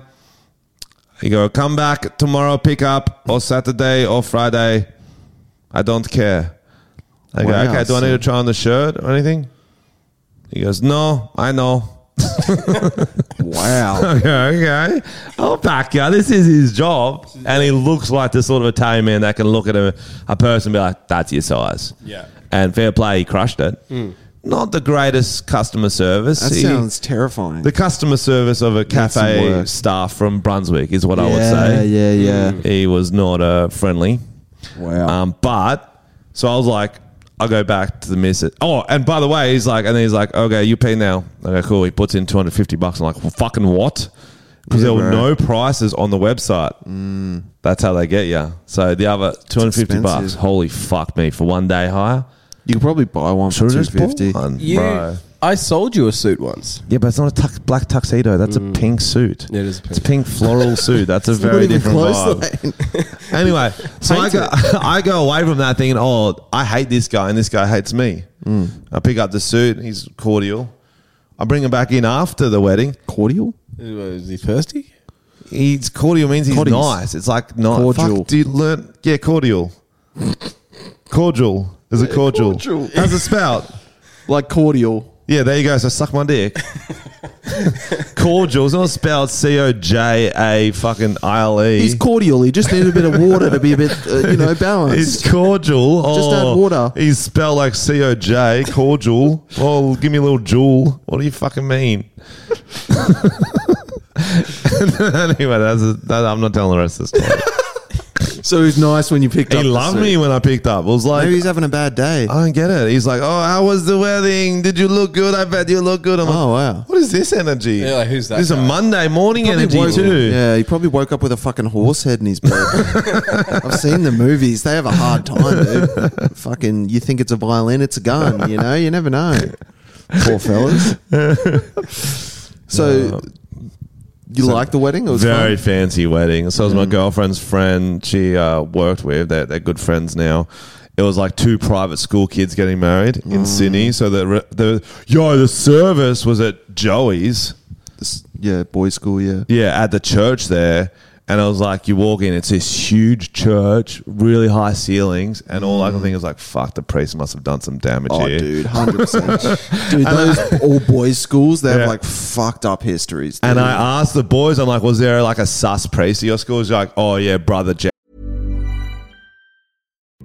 Speaker 2: You go. Come back tomorrow. Pick up or Saturday or Friday. I don't care. I go.
Speaker 3: Wow,
Speaker 2: okay. Do I
Speaker 3: so-
Speaker 2: need to try on the shirt or anything? He goes. No, I know.
Speaker 3: Wow!
Speaker 2: Okay, okay. I'll back you. This is his job. And he looks like the sort of Italian man that can look at a, a person and be like, that's your size.
Speaker 4: Yeah.
Speaker 2: And fair play, he crushed it. Not the greatest customer service.
Speaker 3: That
Speaker 2: He-
Speaker 3: sounds terrifying.
Speaker 2: the customer service of a
Speaker 3: some
Speaker 2: cafe
Speaker 3: work.
Speaker 2: staff from Brunswick is what I would
Speaker 3: yeah,
Speaker 2: say. Hmm.
Speaker 3: yeah, yeah.
Speaker 2: He was not uh, friendly.
Speaker 3: Wow.
Speaker 2: Um, but so I was like, I'll go back to the missus. Oh, and by the way, he's like, and then he's like, okay, you pay now. Okay, cool. He puts in 250 bucks. I'm like, well, fucking what? because
Speaker 3: Yeah,
Speaker 2: there were
Speaker 3: bro.
Speaker 2: no prices on the website. That's how they get you. So the other two hundred fifty bucks.
Speaker 3: expensive.
Speaker 2: Holy fuck me for one day hire.
Speaker 3: You could probably buy one for
Speaker 2: Should've
Speaker 3: two
Speaker 2: just bought
Speaker 3: fifty.
Speaker 2: one,
Speaker 4: You,
Speaker 2: bro.
Speaker 4: I sold you a suit once.
Speaker 2: Yeah, but it's not a tux, black tuxedo. That's a pink suit.
Speaker 4: Mm. It is a
Speaker 2: It's a pink floral suit. That's a very different vibe. Anyway, so I go, I go away from that thinking, oh, I hate this guy and this guy hates me.
Speaker 3: Mm.
Speaker 2: I pick up the suit. He's cordial. I bring him back in after the wedding.
Speaker 3: Cordial.
Speaker 4: Is he thirsty?
Speaker 2: He's cordial means he's
Speaker 3: Cordies.
Speaker 2: nice. It's like not
Speaker 3: Cordial.
Speaker 2: Fuck, dude, learn yeah, cordial. cordial is a cordial.
Speaker 3: cordial.
Speaker 2: How's it spelled?
Speaker 3: Like cordial.
Speaker 2: Yeah, there you go. So suck my dick. cordial. It's not spelled C O J A fucking I L E.
Speaker 3: He's cordial. He just needed a bit of water to be a bit, uh, you know,
Speaker 2: It's
Speaker 3: balanced.
Speaker 2: cordial.
Speaker 3: Just add
Speaker 2: Oh,
Speaker 3: water.
Speaker 2: He's spelled like C O J, cordial. oh, give me a little jewel. What do you fucking mean? anyway, that's a, that, I'm not telling the rest of the story.
Speaker 3: So it was nice when you picked
Speaker 2: he
Speaker 3: up. the
Speaker 2: loved
Speaker 3: suit.
Speaker 2: me when I picked up. It was like,
Speaker 3: Maybe he's having a bad day.
Speaker 2: I don't get it. He's like, oh, how was the wedding? Did you look good? I bet you look good. I'm
Speaker 3: Oh,
Speaker 2: like,
Speaker 3: wow.
Speaker 2: What is this energy?
Speaker 4: Yeah, like, who's that
Speaker 2: This is a
Speaker 4: guy?
Speaker 2: Monday morning
Speaker 3: Probably
Speaker 2: energy,
Speaker 3: woke-
Speaker 2: too.
Speaker 3: Yeah, he probably woke up with a fucking horse head in his bed. I've seen the movies. They have a hard time, dude. fucking, you think it's a violin, it's a gun, you know? You never know. Poor fellas. so, you like the wedding? It was
Speaker 2: Uh, very
Speaker 3: fun? Mm.
Speaker 2: fancy wedding. So it was my girlfriend's friend. She uh, worked with. They're, they're good friends now. It was like two private school kids getting married
Speaker 3: Mm.
Speaker 2: in Sydney. So the re- the yo the service was at Joey's.
Speaker 3: This- Yeah, boys' school, yeah.
Speaker 2: Yeah, at the church there. And I was like, you walk in, it's this huge church, really high ceilings, and all I can think is like, fuck, the priest must have done some damage
Speaker 3: Mm. Oh,
Speaker 2: here.
Speaker 3: dude, hundred percent, dude. Those all boys schools, they
Speaker 2: Yeah.
Speaker 3: have like fucked up histories. Dude.
Speaker 2: And I asked the boys, I'm like, was there like a sus priest at your school? He's like, oh yeah, brother Jack.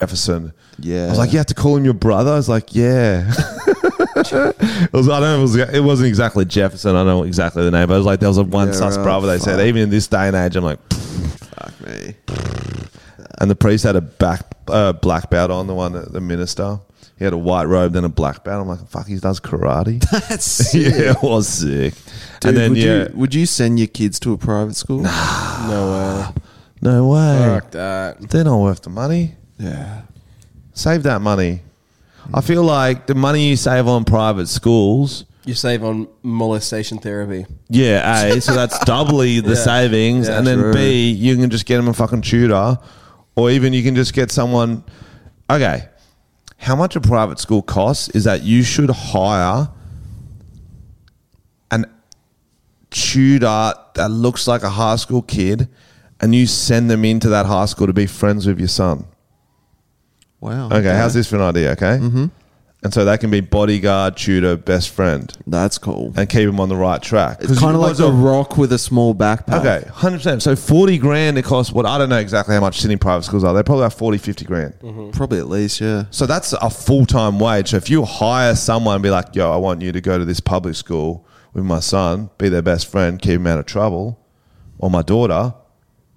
Speaker 2: Jefferson.
Speaker 3: yeah,
Speaker 2: I was like, you have to call him your brother. I was like, yeah. it was, I don't know. It, was, it wasn't exactly Jefferson. I don't know exactly the name, but it was like there was a one
Speaker 3: Yeah,
Speaker 2: sus
Speaker 3: right,
Speaker 2: brother. They said
Speaker 3: fuck.
Speaker 2: even in this day and age, I'm like,
Speaker 3: fuck me.
Speaker 2: and the priest had a back uh, black belt on the one that- the minister. He had a white robe, then a black belt. I'm like, fuck, he does karate.
Speaker 3: That's sick.
Speaker 2: yeah, it was sick.
Speaker 3: Dude,
Speaker 2: and then
Speaker 3: would
Speaker 2: yeah,
Speaker 3: you would you send your kids to a private school?
Speaker 4: No
Speaker 2: no way,
Speaker 4: way. Fuck that.
Speaker 2: they're not worth the money.
Speaker 3: Yeah,
Speaker 2: Save that money. I feel like the money you save on private schools.
Speaker 4: You save on molestation therapy.
Speaker 2: Yeah, A, so that's doubly the savings.
Speaker 3: Yeah,
Speaker 2: and then
Speaker 3: true.
Speaker 2: B, you can just get them a fucking tutor or even you can just get someone. Okay, how much a private school costs is that you should hire an tutor that looks like a high school kid and you send them into that high school to be friends with your son.
Speaker 3: wow.
Speaker 2: Okay, how's this for an idea? Okay. Mm-hmm. And so that can be bodyguard, tutor, best friend,
Speaker 3: That's cool.
Speaker 2: and keep them on the right track.
Speaker 3: It's kind of like
Speaker 2: the
Speaker 3: a rock with a small backpack.
Speaker 2: Okay, hundred percent. So forty grand it costs. What I don't know exactly how much Sydney private schools are. They're probably about 40, 50 grand.
Speaker 3: probably at least yeah.
Speaker 2: So that's a full time wage. So if you hire someone, and be like, "Yo, I want you to go to this public school with my son, be their best friend, keep him out of trouble, or my daughter,"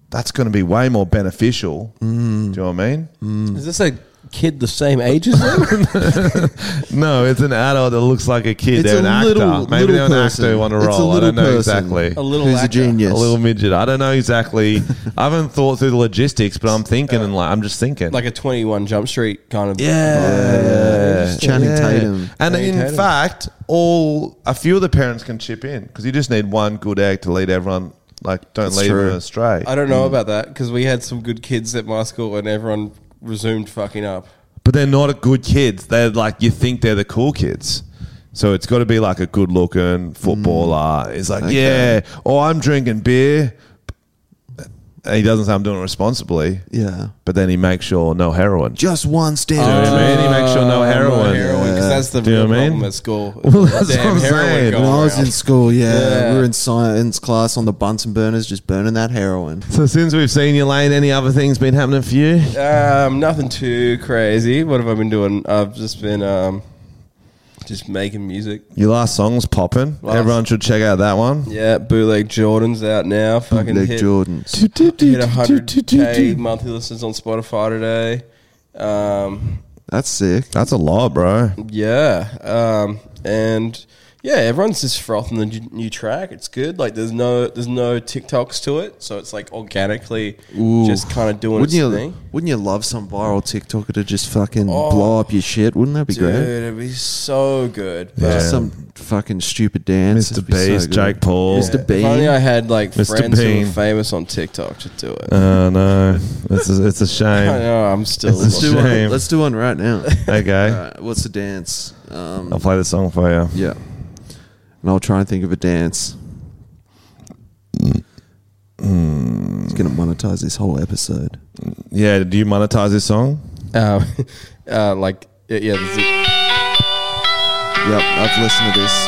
Speaker 2: that's going to be way more beneficial. Do you know what I mean?
Speaker 4: Is this a kid the same age as them?
Speaker 2: No, it's an adult that looks like a kid.
Speaker 3: It's
Speaker 2: they're
Speaker 3: a
Speaker 2: an actor.
Speaker 3: little-
Speaker 2: Maybe
Speaker 3: little
Speaker 2: they're an
Speaker 3: person.
Speaker 2: actor who want to
Speaker 3: It's a
Speaker 2: roll. I
Speaker 3: little
Speaker 2: don't know
Speaker 3: person.
Speaker 2: exactly.
Speaker 4: a little
Speaker 3: Who's a
Speaker 4: actor.
Speaker 3: genius?
Speaker 2: A little midget. I don't know exactly. I haven't thought through the logistics, but I'm thinking and like I'm just thinking.
Speaker 4: Like a 21 Jump Street kind of.
Speaker 2: yeah,
Speaker 3: Channing Tatum.
Speaker 2: And
Speaker 4: Channing
Speaker 2: in
Speaker 4: Tatum.
Speaker 2: fact, all a few of the parents can chip in because you just need one good egg to lead everyone. Like, don't
Speaker 3: That's
Speaker 2: lead
Speaker 3: true.
Speaker 2: them astray.
Speaker 4: I don't know about that because we had some good kids at my school and everyone resumed fucking up.
Speaker 2: But they're not a good kids. They're like you think they're the cool kids. So it's got to be like a good looking footballer. It's like, yeah, oh, I'm drinking beer. he doesn't say I'm doing it responsibly,
Speaker 3: Yeah.
Speaker 2: but then he makes sure no heroin.
Speaker 3: Just one
Speaker 2: Do you know
Speaker 3: standard.
Speaker 2: what I mean? He makes sure no heroin.
Speaker 4: because that's the
Speaker 2: Do you
Speaker 4: real
Speaker 2: know what I mean?
Speaker 4: problem at school.
Speaker 2: Well, that's
Speaker 4: Damn
Speaker 2: what I'm
Speaker 4: heroin
Speaker 2: saying.
Speaker 4: going
Speaker 3: when I was
Speaker 4: around.
Speaker 3: in school, yeah,
Speaker 4: Yeah.
Speaker 3: we were in science class on the Bunsen burners, just burning that heroin.
Speaker 2: So since we've seen you, Lane, any other things been happening for you?
Speaker 4: Um, nothing too crazy. What have I been doing? I've just been um, just making music.
Speaker 2: Your last song's popping.
Speaker 4: Last-
Speaker 2: Everyone should check out that one.
Speaker 4: Yeah, bootleg Jordan's out now. Fucking
Speaker 3: Leg
Speaker 4: hit,
Speaker 3: Jordans.
Speaker 4: hit 100k monthly listens on Spotify today. Um,
Speaker 3: That's sick.
Speaker 2: That's a lot, bro.
Speaker 4: yeah, um, and yeah, everyone's just frothing the new- new track. It's good. Like there's no there's no TikToks to it, so it's like organically just kind of doing
Speaker 3: Wouldn't
Speaker 4: its
Speaker 3: you,
Speaker 4: thing.
Speaker 3: wouldn't you love some viral TikToker to just fucking
Speaker 4: Oh.
Speaker 3: blow up your shit? Wouldn't that be
Speaker 4: Dude,
Speaker 3: great?
Speaker 4: it'd be so good. but-
Speaker 2: Yeah.
Speaker 3: Just some fucking stupid dance.
Speaker 2: Mr.
Speaker 3: It'd be so
Speaker 2: Beast,
Speaker 3: good.
Speaker 2: Jake Paul.
Speaker 3: Mr.
Speaker 4: If only
Speaker 3: Bean.
Speaker 4: I had like
Speaker 2: Mr.
Speaker 4: friends who
Speaker 2: Bean.
Speaker 4: were famous on TikTok to do it.
Speaker 2: Oh no, it's a, it's a
Speaker 4: I
Speaker 2: shame.
Speaker 4: know I'm still.
Speaker 2: It's
Speaker 3: Let's do,
Speaker 2: Shame.
Speaker 3: one, let's do one right now.
Speaker 2: Okay,
Speaker 3: All right, what's the dance? Um,
Speaker 2: I'll play the song for you.
Speaker 3: yeah. And I'll try and think of a dance. It's going to monetize this whole episode.
Speaker 2: Yeah, do you monetize this song?
Speaker 4: Um, uh, like yeah, yeah, this is-
Speaker 3: Yep, I've listened to this.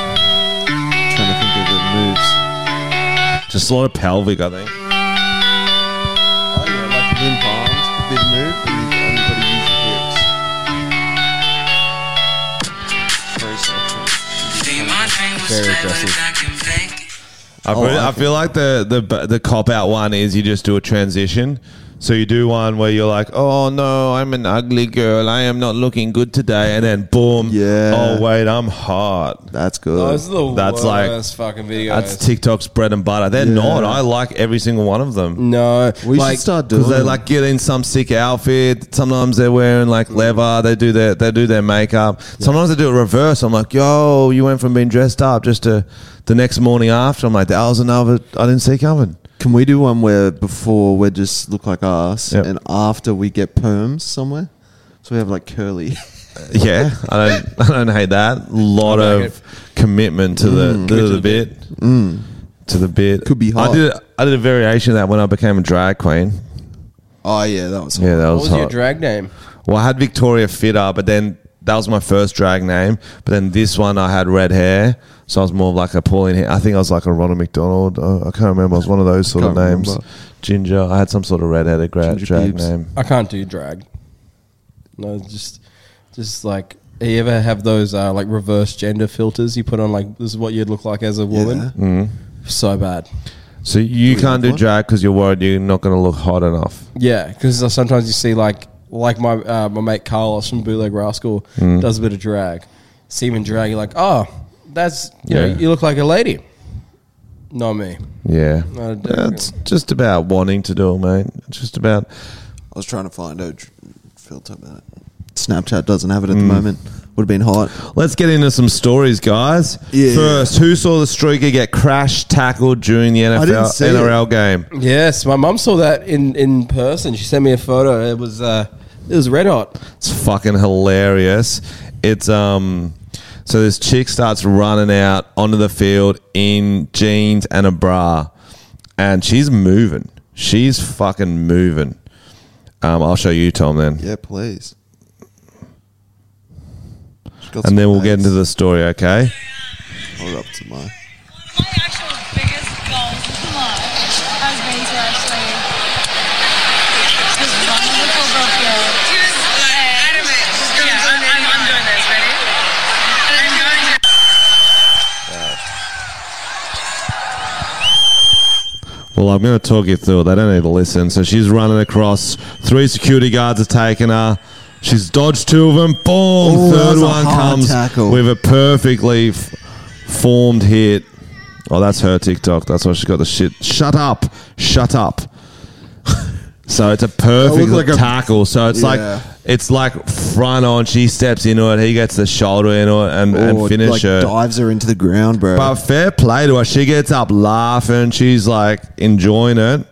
Speaker 3: trying to think of the moves.
Speaker 2: Just a lot of pelvic, I think.
Speaker 3: Oh, yeah, like the limp arms, the big move, but you've only got to use your hips. Very sexy.
Speaker 4: very aggressive.
Speaker 2: I, feel, Oh, I feel like the the the cop out one is you just do a transition. So you do one where you're like, "Oh no, I'm an ugly girl. I am not looking good today," and then boom,
Speaker 3: Yeah.
Speaker 2: Oh wait, I'm hot.
Speaker 3: That's good.
Speaker 4: Those are the
Speaker 2: That's
Speaker 4: that's
Speaker 2: like-
Speaker 4: worst fucking videos.
Speaker 2: That's TikTok's bread and butter. They're
Speaker 3: Yeah.
Speaker 2: not. I like every single one of them.
Speaker 4: no,
Speaker 3: we
Speaker 4: like,
Speaker 3: should start doing
Speaker 2: Because they like get in some sick outfit. Sometimes they're wearing like leather. They do their they do their makeup. Sometimes they do it reverse. I'm like, yo, you went from being dressed up just to the next morning after. I'm like, that was another I didn't see coming.
Speaker 3: Can we do one where before we just look like us
Speaker 2: Yep.
Speaker 3: and after we get perms somewhere? So we have like curly.
Speaker 2: Yeah, I don't, I don't hate that. Lot
Speaker 4: I like
Speaker 2: of commitment to the to, the, bit, to the bit.
Speaker 3: Mm. Could be hot.
Speaker 2: I did I did a variation of that when I became a drag queen.
Speaker 3: oh yeah, that was
Speaker 2: Yeah, that
Speaker 4: what
Speaker 2: was,
Speaker 4: was
Speaker 2: hot.
Speaker 4: your drag name?
Speaker 2: well, I had Victoria Fitter, but then that was my first drag name. But then this one I had red hair, so I was more of like a Pauline. Hair. I think I was like a Ronald McDonald. Uh, I, I can't remember. I was one of those sort of
Speaker 3: Can't
Speaker 2: names.
Speaker 3: remember.
Speaker 2: Ginger. I had some sort of redheaded gra-
Speaker 3: Ginger
Speaker 2: drag
Speaker 3: pubes.
Speaker 2: name.
Speaker 4: I can't do drag. No, just just like you ever have those uh, like reverse gender filters you put on like this is what you'd look like as a woman. So bad.
Speaker 2: So you can't do
Speaker 3: one?
Speaker 2: drag because you're worried you're not going to look hot enough.
Speaker 4: Yeah, because sometimes you see like like my uh, my mate Carlos from Bootleg Rascal
Speaker 3: Mm.
Speaker 4: does a bit of drag. See him in drag, you're like, oh, that's you know,
Speaker 2: Yeah.
Speaker 4: you look like a lady. Not me.
Speaker 2: Yeah.
Speaker 4: I don't
Speaker 2: That's just about wanting to do it, mate. It's Just about.
Speaker 3: I was trying to find a dr- filter, but Snapchat doesn't have it at the moment. Would have been hot.
Speaker 2: Let's get into some stories, guys.
Speaker 3: Yeah.
Speaker 2: First, who saw the streaker get crash tackled during the NFL
Speaker 3: didn't see
Speaker 2: NRL game?
Speaker 4: Yes, my mum saw that in in person. She sent me a photo. It was uh, it was red hot.
Speaker 2: It's fucking hilarious. It's um. So this chick starts running out onto the field in jeans and a bra, and she's moving. She's fucking moving. Um, I'll show you, Tom. Then.
Speaker 3: Yeah, please. She's got some
Speaker 2: And then we'll get
Speaker 3: legs.
Speaker 2: into the story, okay?
Speaker 3: Hold up to my.
Speaker 8: My actual biggest goals in life has been to actually just run on the football field. Yeah, I'm- I'm- I'm doing this, ready? I'm going to-
Speaker 2: Well, I'm going to talk you through it. They don't need to listen. So she's running across. Three security guards are taking her. She's dodged two of them. Boom!
Speaker 3: Ooh, that
Speaker 2: Third
Speaker 3: was a
Speaker 2: one
Speaker 3: hard
Speaker 2: comes
Speaker 3: tackle.
Speaker 2: with a perfectly f- formed hit. Oh, that's her TikTok. That's why she got the shit. Shut up! Shut up! so it's a perfect
Speaker 3: like a-
Speaker 2: tackle. so it's
Speaker 3: Yeah.
Speaker 2: like it's like front on. She steps into it. He gets the shoulder into it and,
Speaker 3: Or,
Speaker 2: and finish
Speaker 3: like,
Speaker 2: her.
Speaker 3: dives her into the ground, bro.
Speaker 2: But fair play to her. She gets up laughing. She's like enjoying it.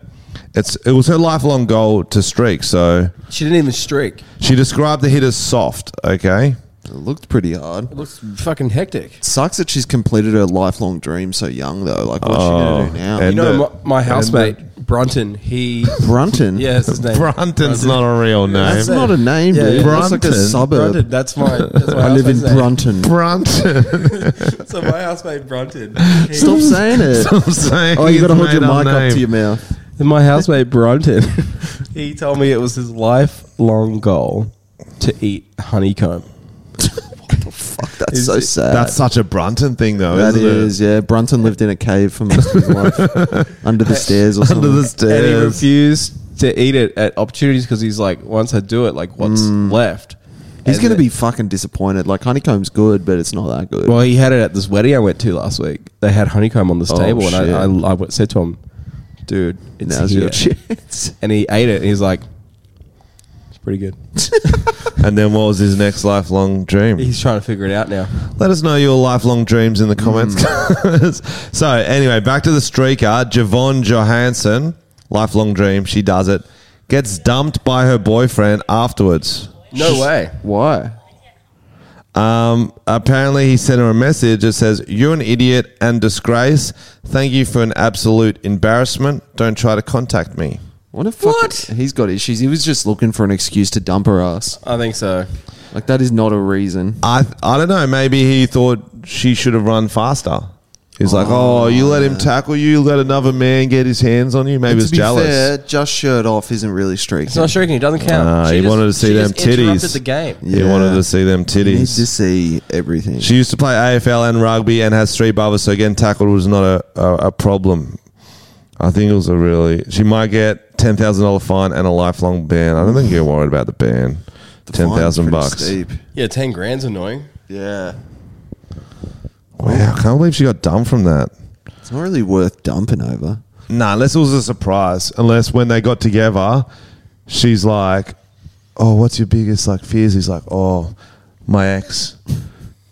Speaker 2: It's it was her lifelong goal to streak. So
Speaker 4: She didn't even streak.
Speaker 2: she described the hit as soft. Okay,
Speaker 3: it looked pretty hard.
Speaker 4: It looks fucking hectic.
Speaker 3: Sucks that she's completed her lifelong dream so young, though. Like, what's she gonna do now?
Speaker 2: and-
Speaker 4: You know,
Speaker 2: the-
Speaker 4: my, my
Speaker 2: and
Speaker 4: housemate Brunton. He
Speaker 3: Brunton?
Speaker 4: Yeah, that's his name.
Speaker 2: Brunton's not a real name.
Speaker 3: That's not a name,
Speaker 4: Yeah,
Speaker 3: dude.
Speaker 4: yeah.
Speaker 3: That's like a
Speaker 2: Brunton.
Speaker 3: suburb.
Speaker 4: Brunton, that's my- that's my
Speaker 3: I live in
Speaker 4: housemate.
Speaker 3: Brunton.
Speaker 2: Brunton.
Speaker 4: so my housemate Brunton. he-
Speaker 3: Stop saying it.
Speaker 2: Stop saying
Speaker 3: Oh, you
Speaker 2: his
Speaker 3: got to hold your
Speaker 2: made-up
Speaker 3: mic up to
Speaker 2: name.
Speaker 3: your mouth.
Speaker 4: My housemate Brunton. he told me it was his lifelong goal to eat honeycomb.
Speaker 3: Fuck, that's so sad.
Speaker 2: That's such a Brunton thing, though.
Speaker 3: That
Speaker 2: isn't
Speaker 3: is, yeah. Brunton lived in a cave for most of his life, under the stairs or
Speaker 2: It? Under
Speaker 3: something.
Speaker 2: the
Speaker 4: And he
Speaker 2: stairs.
Speaker 4: refused to eat it at opportunities because he's like, once I do it, like what's left? And
Speaker 3: He's going to
Speaker 4: then-
Speaker 3: be fucking disappointed. Like honeycomb's good, but it's not that good.
Speaker 4: Well, he had it at this wedding I went to last week. They had honeycomb on this
Speaker 3: Oh,
Speaker 4: table, and
Speaker 3: shit.
Speaker 4: I, I, I w- said to him, "Dude, it's
Speaker 3: Now's
Speaker 4: here."
Speaker 3: your chance.
Speaker 4: And he ate it, and he's like, "It's pretty good."
Speaker 2: And then what was his next lifelong dream?
Speaker 4: He's trying to figure it out now.
Speaker 2: Let us know your lifelong dreams in the comments.
Speaker 3: Hmm.
Speaker 2: so, anyway, back to the streaker, Javon Johansson. Lifelong dream. She does it. Gets dumped by her boyfriend afterwards.
Speaker 4: No way.
Speaker 3: Why?
Speaker 2: Um, apparently, he sent her a message that says, You're an idiot and disgrace. Thank you for an absolute embarrassment. Don't try to contact me.
Speaker 3: What a fucking, He's got issues. He was just looking for an excuse to dump her ass.
Speaker 4: I think so.
Speaker 3: Like that is not a reason.
Speaker 2: I, I don't know. Maybe he thought she should have run faster. He's like, Oh, you let him tackle you, let another man get his hands on you. Maybe he
Speaker 3: And
Speaker 2: was
Speaker 3: to be
Speaker 2: jealous.
Speaker 3: fair, just shirt off isn't really streaking.
Speaker 4: It's not shrieking. It doesn't count.
Speaker 2: Ah,
Speaker 4: She
Speaker 2: he wanted to see
Speaker 4: she
Speaker 2: them
Speaker 4: just interrupted
Speaker 2: titties.
Speaker 4: The game.
Speaker 2: He
Speaker 3: Yeah.
Speaker 2: wanted to see them
Speaker 3: You need
Speaker 2: titties.
Speaker 3: to see everything.
Speaker 2: She used to play AFL and rugby and has three brothers, so getting tackled was not a, a, a problem. I think it was a really. She might get ten thousand dollar fine and a lifelong ban. I don't think you're worried about the ban. ten thousand
Speaker 3: Mine's
Speaker 2: bucks.
Speaker 3: pretty steep.
Speaker 4: Yeah, ten grand's annoying.
Speaker 3: Yeah,
Speaker 2: Wow, I can't believe she got dumped from that.
Speaker 3: it's not really worth dumping over.
Speaker 2: Nah, unless it was a surprise. Unless when they got together, she's like, "Oh, what's your biggest like fears?" He's like, "Oh, my ex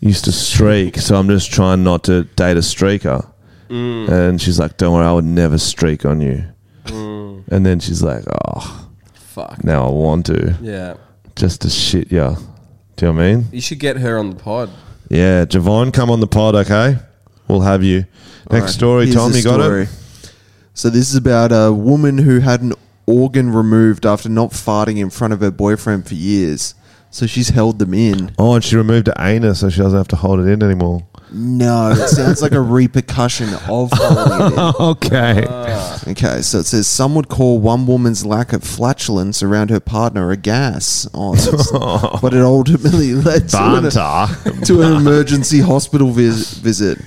Speaker 2: used to streak, so I'm just trying not to date a streaker."
Speaker 3: Mm.
Speaker 2: And she's like, "Don't worry, I would never streak on you."
Speaker 3: Mm.
Speaker 2: And then she's like, "Oh,
Speaker 4: Fuck.
Speaker 2: now I want to
Speaker 4: Yeah.
Speaker 2: just to shit ya." Do you know what I mean?
Speaker 4: You should get her on the pod.
Speaker 2: Yeah, Javon, come on the pod, okay? We'll have you. Next
Speaker 3: Alright,
Speaker 2: story,
Speaker 3: here's
Speaker 2: Tom.
Speaker 3: the
Speaker 2: You got
Speaker 3: story.
Speaker 2: it.
Speaker 3: So this is about a woman who had an organ removed after not farting in front of her boyfriend for years. So she's held them in.
Speaker 2: Oh, and she removed her anus, so she doesn't have to hold it in anymore.
Speaker 3: No, it sounds like a repercussion of holding it in.
Speaker 2: Okay.
Speaker 3: Uh, Okay, so it says some would call one woman's lack of flatulence around her partner a gas, oh, that's- but it ultimatmately led to an,
Speaker 2: Banter.
Speaker 3: to an emergency hospital vis- visit.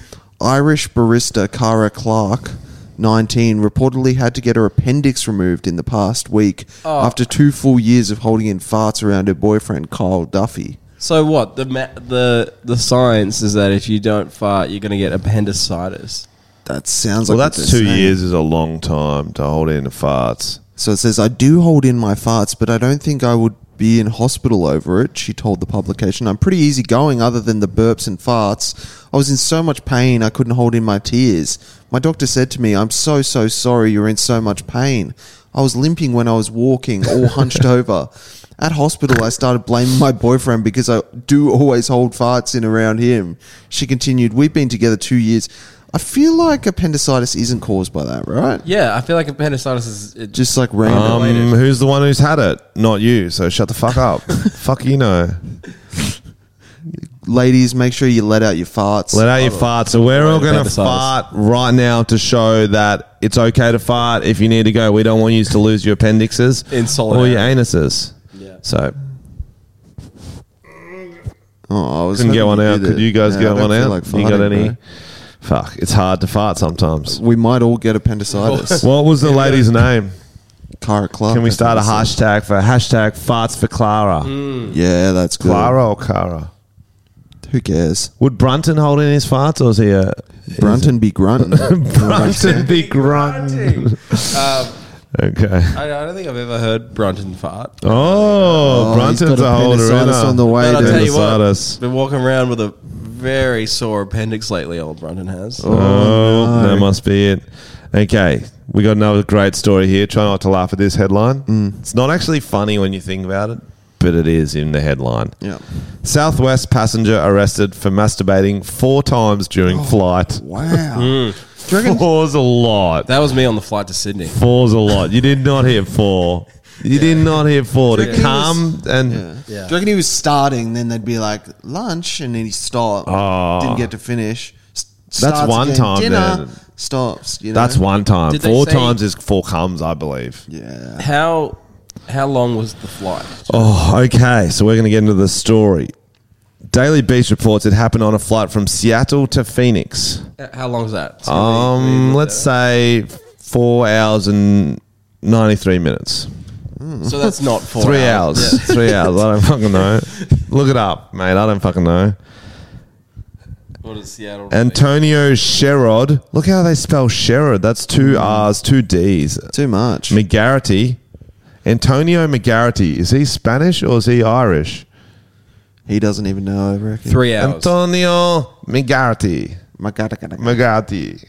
Speaker 3: Irish barista Cara Clark, 19, reportedly had to get her appendix removed in the past week after two full years of holding in farts around her boyfriend Kyle Duffy.
Speaker 4: So what? The ma- the the science is that if you don't fart, you're going to get appendicitis.
Speaker 3: That sounds
Speaker 2: well,
Speaker 3: like what
Speaker 2: that's
Speaker 3: they're
Speaker 2: two
Speaker 3: saying.
Speaker 2: years is a long time to hold in the farts.
Speaker 3: So it says, I do hold in my farts, but I don't think I would be in hospital over it, she told the publication. I'm pretty easygoing other than the burps and farts. I was in so much pain I couldn't hold in my tears. My doctor said to me, I'm so, so sorry you're in so much pain. I was limping when I was walking, all hunched over. At hospital, I started blaming my boyfriend because I do always hold farts in around him. She continued, We've been together two years. I feel like appendicitis isn't caused by that, right?
Speaker 4: Yeah, I feel like appendicitis is it
Speaker 3: Just like random.
Speaker 2: Um, who's the one who's had it? Not you. So shut the fuck up. fuck you know.
Speaker 3: ladies, make sure you let out your farts.
Speaker 2: Let out your farts. So we're all going to
Speaker 4: appendicitis.
Speaker 2: fart right now to show that it's okay to fart if you need to go. We don't want you to lose your appendixes
Speaker 4: In solid
Speaker 2: or your
Speaker 4: air.
Speaker 2: anuses.
Speaker 4: Yeah.
Speaker 2: So
Speaker 3: oh, I was
Speaker 2: couldn't get
Speaker 3: hoping
Speaker 2: one out.
Speaker 3: did
Speaker 2: Could
Speaker 3: it.
Speaker 2: you guys
Speaker 3: Yeah, I
Speaker 2: get one
Speaker 3: don't feel
Speaker 2: out?
Speaker 3: like
Speaker 2: you got
Speaker 3: farting,
Speaker 2: any?
Speaker 3: bro.
Speaker 2: Fuck, it's hard to fart sometimes.
Speaker 3: We might all get appendicitis.
Speaker 2: What was the lady's name?
Speaker 3: Cara Clark.
Speaker 2: Can we
Speaker 3: I
Speaker 2: start a
Speaker 3: think I said.
Speaker 2: hashtag for hashtag farts for Clara?
Speaker 3: Yeah, that's good.
Speaker 2: Clara or Cara?
Speaker 3: Who cares?
Speaker 2: Would Brunton hold in his farts or is he a
Speaker 3: Brunton be grunting.
Speaker 2: Brunton be grunting?
Speaker 4: um,
Speaker 2: Okay.
Speaker 4: I, I don't think I've ever heard Brunton fart.
Speaker 2: Oh, Brunton's a holder in
Speaker 3: appendicitis on the way.
Speaker 4: But I'll
Speaker 3: dude.
Speaker 4: tell you
Speaker 2: Appendicitis.
Speaker 4: what, been walking around with a very sore appendix lately. Old Brunton has.
Speaker 2: Oh, that must be it. Okay, we got another great story here. Try not to laugh at this headline. It's not actually funny when you think about it, but it is in the headline.
Speaker 3: Yeah. Oh,
Speaker 2: Southwest passenger arrested for masturbating four times during flight. Hmm.
Speaker 3: Wow.
Speaker 2: Four's a lot.
Speaker 4: That was me on the flight to Sydney.
Speaker 2: Four's a lot. You did not hear four. You did not hear four.
Speaker 3: Do
Speaker 2: To
Speaker 3: you reckon he
Speaker 2: come
Speaker 3: was-
Speaker 2: and
Speaker 3: Do you reckon he was starting? Then they'd be like lunch, and then he stopped.
Speaker 2: Oh.
Speaker 3: Didn't get to finish. S-
Speaker 2: That's
Speaker 3: starts
Speaker 2: one
Speaker 3: again,
Speaker 2: time,
Speaker 3: Dinner
Speaker 2: man.
Speaker 3: stops. You know?
Speaker 2: that's one time.
Speaker 4: Did they
Speaker 2: four
Speaker 4: say-
Speaker 2: times is four comes, I believe.
Speaker 3: Yeah.
Speaker 4: How how long was the flight?
Speaker 2: Oh, okay. So we're going to get into the story. Daily Beast reports it happened on a flight from Seattle to Phoenix.
Speaker 4: Uh, How long was that?
Speaker 2: Um, let's say four hours and ninety-three minutes.
Speaker 4: So that's not four.
Speaker 2: Three hours.
Speaker 4: Yeah.
Speaker 2: Three hours. I don't fucking know. Look it up, mate. I don't fucking know.
Speaker 4: What is Seattle?
Speaker 2: Antonio Sherrod. Look how they spell Sherrod. That's two R's, two D's.
Speaker 3: Too much.
Speaker 2: McGarity. Antonio McGarity. Is he Spanish or is he Irish?
Speaker 3: He doesn't even know. I reckon.
Speaker 4: Three hours.
Speaker 2: Antonio McGarity.
Speaker 3: My God, I gotta-
Speaker 2: McGarity.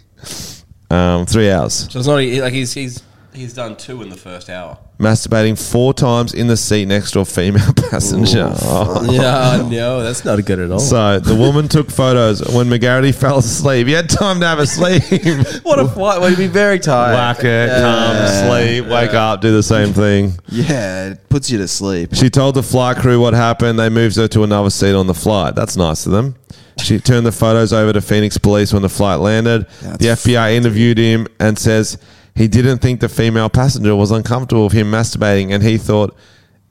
Speaker 2: Um, three hours.
Speaker 4: so it's not he- like he's he's he's done two in the first hour.
Speaker 2: Masturbating four times in the seat next to a female passenger.
Speaker 4: yeah, no, that's not good at all.
Speaker 2: So the woman took photos when McGarity fell asleep. He had time to have a sleep.
Speaker 4: what a flight! Well, you'd be very tired.
Speaker 2: Whack it, come, sleep, wake up, do the same thing.
Speaker 3: Yeah, it puts you to sleep.
Speaker 2: She told the flight crew what happened. They moved her to another seat on the flight. That's nice of them. She turned the photos over to Phoenix police when the flight landed. the FBI interviewed him and says he didn't think the female passenger was uncomfortable with him masturbating and he thought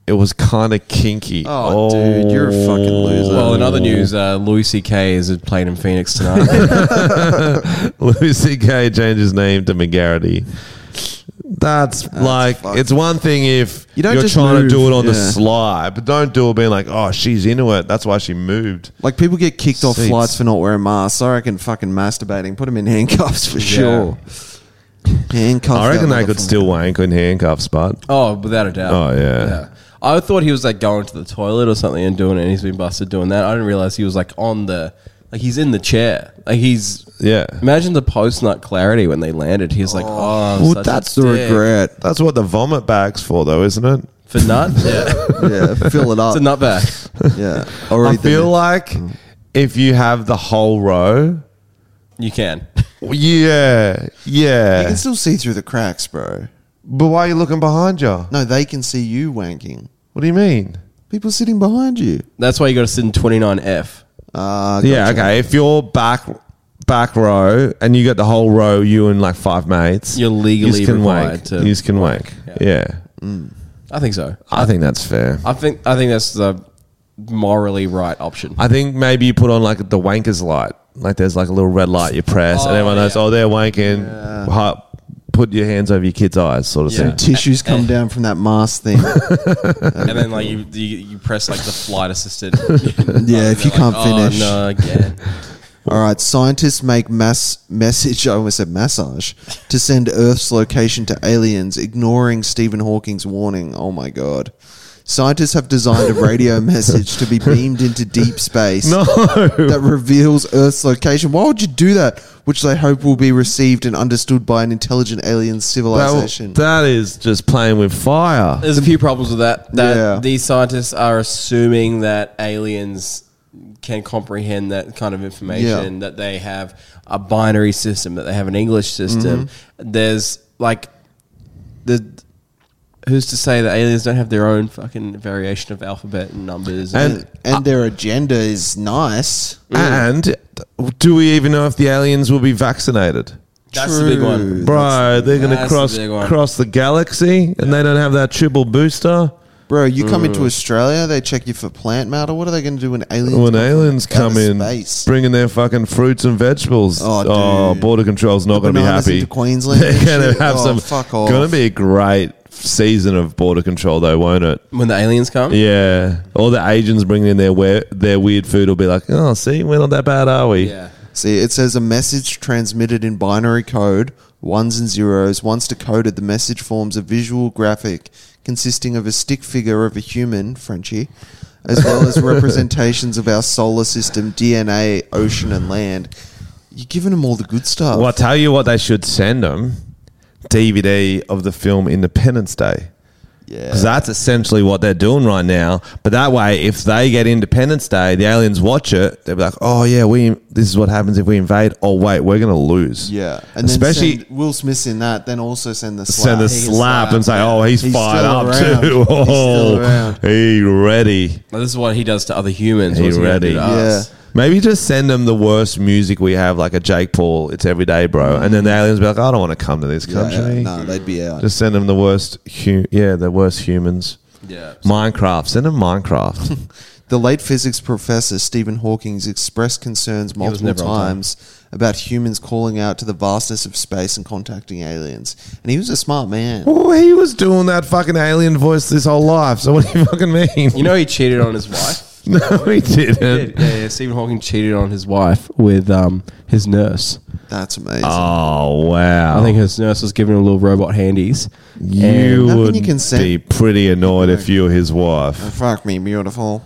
Speaker 2: it was kind of kinky.
Speaker 3: Oh, dude, you're a fucking loser.
Speaker 4: Well, in other news, uh, Louis C.K. is playing in Phoenix tonight.
Speaker 2: Louis C.K. changed his name to McGarity. That's, like
Speaker 3: fucked.
Speaker 2: it's one thing if you
Speaker 3: You don't
Speaker 2: are
Speaker 3: just
Speaker 2: trying
Speaker 3: move,
Speaker 2: to do it on the
Speaker 3: yeah.
Speaker 2: sly, but don't do it being like, "Oh, she's into it." That's why she moved.
Speaker 3: Like people get kicked off
Speaker 2: Seats.
Speaker 3: flights for not wearing masks. I reckon fucking masturbating. Put them in handcuffs for sure. Handcuffs.
Speaker 2: I reckon
Speaker 3: that
Speaker 2: they could
Speaker 3: motherfucker.
Speaker 2: still wank in handcuffs, but
Speaker 4: oh, without a doubt.
Speaker 2: Oh, yeah.
Speaker 4: I thought he was like going to the toilet or something and doing it, and he's been busted doing that. I didn't realize he was like on the like he's in the chair. Like he's
Speaker 2: yeah,
Speaker 4: imagine the post nut clarity when they landed. He's like, oh,
Speaker 2: Well,
Speaker 4: such a
Speaker 2: that's
Speaker 3: the
Speaker 4: dick."
Speaker 3: regret.
Speaker 2: that's what the vomit bag's for, though, isn't it?
Speaker 4: for nut. Yeah,
Speaker 3: Yeah, fill it up.
Speaker 4: it's a nut bag.
Speaker 3: Yeah, or
Speaker 2: I
Speaker 3: eat the-
Speaker 2: feel like
Speaker 3: Mm.
Speaker 2: if you have the whole row,
Speaker 4: You can.
Speaker 2: yeah,
Speaker 3: you
Speaker 2: yeah.
Speaker 3: can still see through the cracks, bro.
Speaker 2: But why are you looking behind you?
Speaker 3: No, they can see you wanking.
Speaker 2: What do you mean?
Speaker 3: People sitting behind you.
Speaker 4: That's why you got to sit in twenty nine F.
Speaker 3: Uh,
Speaker 2: Yeah, okay. If you're back back row and you got the whole row, you and like five mates,
Speaker 4: You're legally
Speaker 2: yous can
Speaker 4: required
Speaker 2: wank.
Speaker 4: to
Speaker 2: You can wank. Yeah.
Speaker 4: I think so.
Speaker 2: I think that's fair.
Speaker 4: I think I think that's the morally right option.
Speaker 2: I think maybe you put on like the wankers light. Like there's like a little red light you press, and everyone knows, oh, they're wanking. Hi- Put your hands over your kid's eyes, sort of
Speaker 4: Yeah.
Speaker 2: thing.
Speaker 3: Tissues come down from that mask thing.
Speaker 4: and then like you, you you press like the flight assisted.
Speaker 3: yeah, if you can't finish.
Speaker 4: Oh, no, again.
Speaker 3: All right, scientists make mass message. I almost said massage to send Earth's location to aliens, ignoring Stephen Hawking's warning. Oh my god! Scientists have designed a radio message to be beamed into deep space that reveals Earth's location. Why would you do that? Which they hope will be received and understood by an intelligent alien civilization.
Speaker 2: That, that is just playing with fire.
Speaker 4: There's a few problems with that. That
Speaker 3: Yeah.
Speaker 4: these scientists are assuming that aliens can comprehend that kind of information.
Speaker 3: Yeah.
Speaker 4: That they have a binary system. That they have an English system.
Speaker 3: Mm-hmm.
Speaker 4: There's like the. Who's to say that aliens don't have their own fucking variation of alphabet and numbers?
Speaker 2: And-
Speaker 3: and their agenda is nice.
Speaker 2: Ah. And do we even know if the aliens will be vaccinated?
Speaker 4: that's the big one.
Speaker 2: Bro, they're going to
Speaker 4: that's the
Speaker 2: cross
Speaker 4: big one.
Speaker 2: cross the galaxy, and they don't have that triple booster.
Speaker 3: Bro, you come into Australia, they check you for plant matter. What are they going to do when aliens
Speaker 2: Mm. When
Speaker 3: come from
Speaker 2: aliens
Speaker 3: outer
Speaker 2: come in,
Speaker 3: Space?
Speaker 2: bringing their fucking fruits and vegetables,
Speaker 3: Oh,
Speaker 2: oh,
Speaker 3: dude.
Speaker 2: border control's not going to be
Speaker 3: bananas
Speaker 2: happy.
Speaker 3: into Queensland
Speaker 2: They're
Speaker 3: and
Speaker 2: going
Speaker 3: shit.
Speaker 2: to have
Speaker 3: Oh,
Speaker 2: some.
Speaker 3: fuck off.
Speaker 2: Going to be a great season of border control, though, won't it?
Speaker 4: When the aliens come,
Speaker 2: Yeah, all the Asians bringing in their weir- their weird food will be like, oh, see, we're not that bad, are we?
Speaker 4: yeah.
Speaker 3: See, it says a message transmitted in binary code, ones and zeros. Once decoded, the message forms a visual graphic consisting of a stick figure of a human, Frenchie, as well as representations of our solar system, DNA, ocean, and land. You're giving them all the good stuff.
Speaker 2: Well, I tell you what, they should send them DVD of the film Independence Day. Because that's essentially what they're doing right now. But that way, if they get Independence Day, the aliens watch it. They'll be like, "Oh yeah, we. This is what happens if we invade. Oh wait, we're gonna lose."
Speaker 3: Yeah, and
Speaker 2: especially
Speaker 3: then send Will Smith in that, then also send the slap.
Speaker 2: send a
Speaker 3: He can
Speaker 2: slap and say,
Speaker 3: yeah.
Speaker 2: "Oh, he's,
Speaker 3: He's
Speaker 2: fired
Speaker 3: still
Speaker 2: up
Speaker 3: around.
Speaker 2: too.
Speaker 3: He's still
Speaker 2: Oh, he ready.
Speaker 4: This is what he does to other humans.
Speaker 2: He
Speaker 4: what's he uh, gonna
Speaker 2: ready.
Speaker 4: do to us.
Speaker 2: Maybe just send them the worst music we have, like a Jake Paul. It's every day, bro. And then the aliens be like, "I don't want to come to this
Speaker 3: Yeah,
Speaker 2: country."
Speaker 3: yeah, no, they'd be out.
Speaker 2: Just send them the worst. Hu- yeah, the worst humans.
Speaker 4: Yeah.
Speaker 2: Minecraft. Send them Minecraft.
Speaker 3: The late physics professor Stephen Hawking expressed concerns multiple
Speaker 4: never on time.
Speaker 3: times about humans calling out to the vastness of space and contacting aliens. And he was a smart man.
Speaker 2: well, he was doing that fucking alien voice this whole life. So what do you fucking mean?
Speaker 4: You know he cheated on his wife.
Speaker 2: no, he didn't.
Speaker 4: Yeah, yeah, yeah. Stephen Hawking cheated on his wife with um, his nurse.
Speaker 3: That's amazing.
Speaker 4: Ah.
Speaker 2: Oh wow!
Speaker 4: I think his nurse was giving him little robot handies.
Speaker 2: you
Speaker 3: Nothing you
Speaker 2: would
Speaker 3: can send-
Speaker 2: be pretty annoyed if you were his wife.
Speaker 3: Fuck me, beautiful.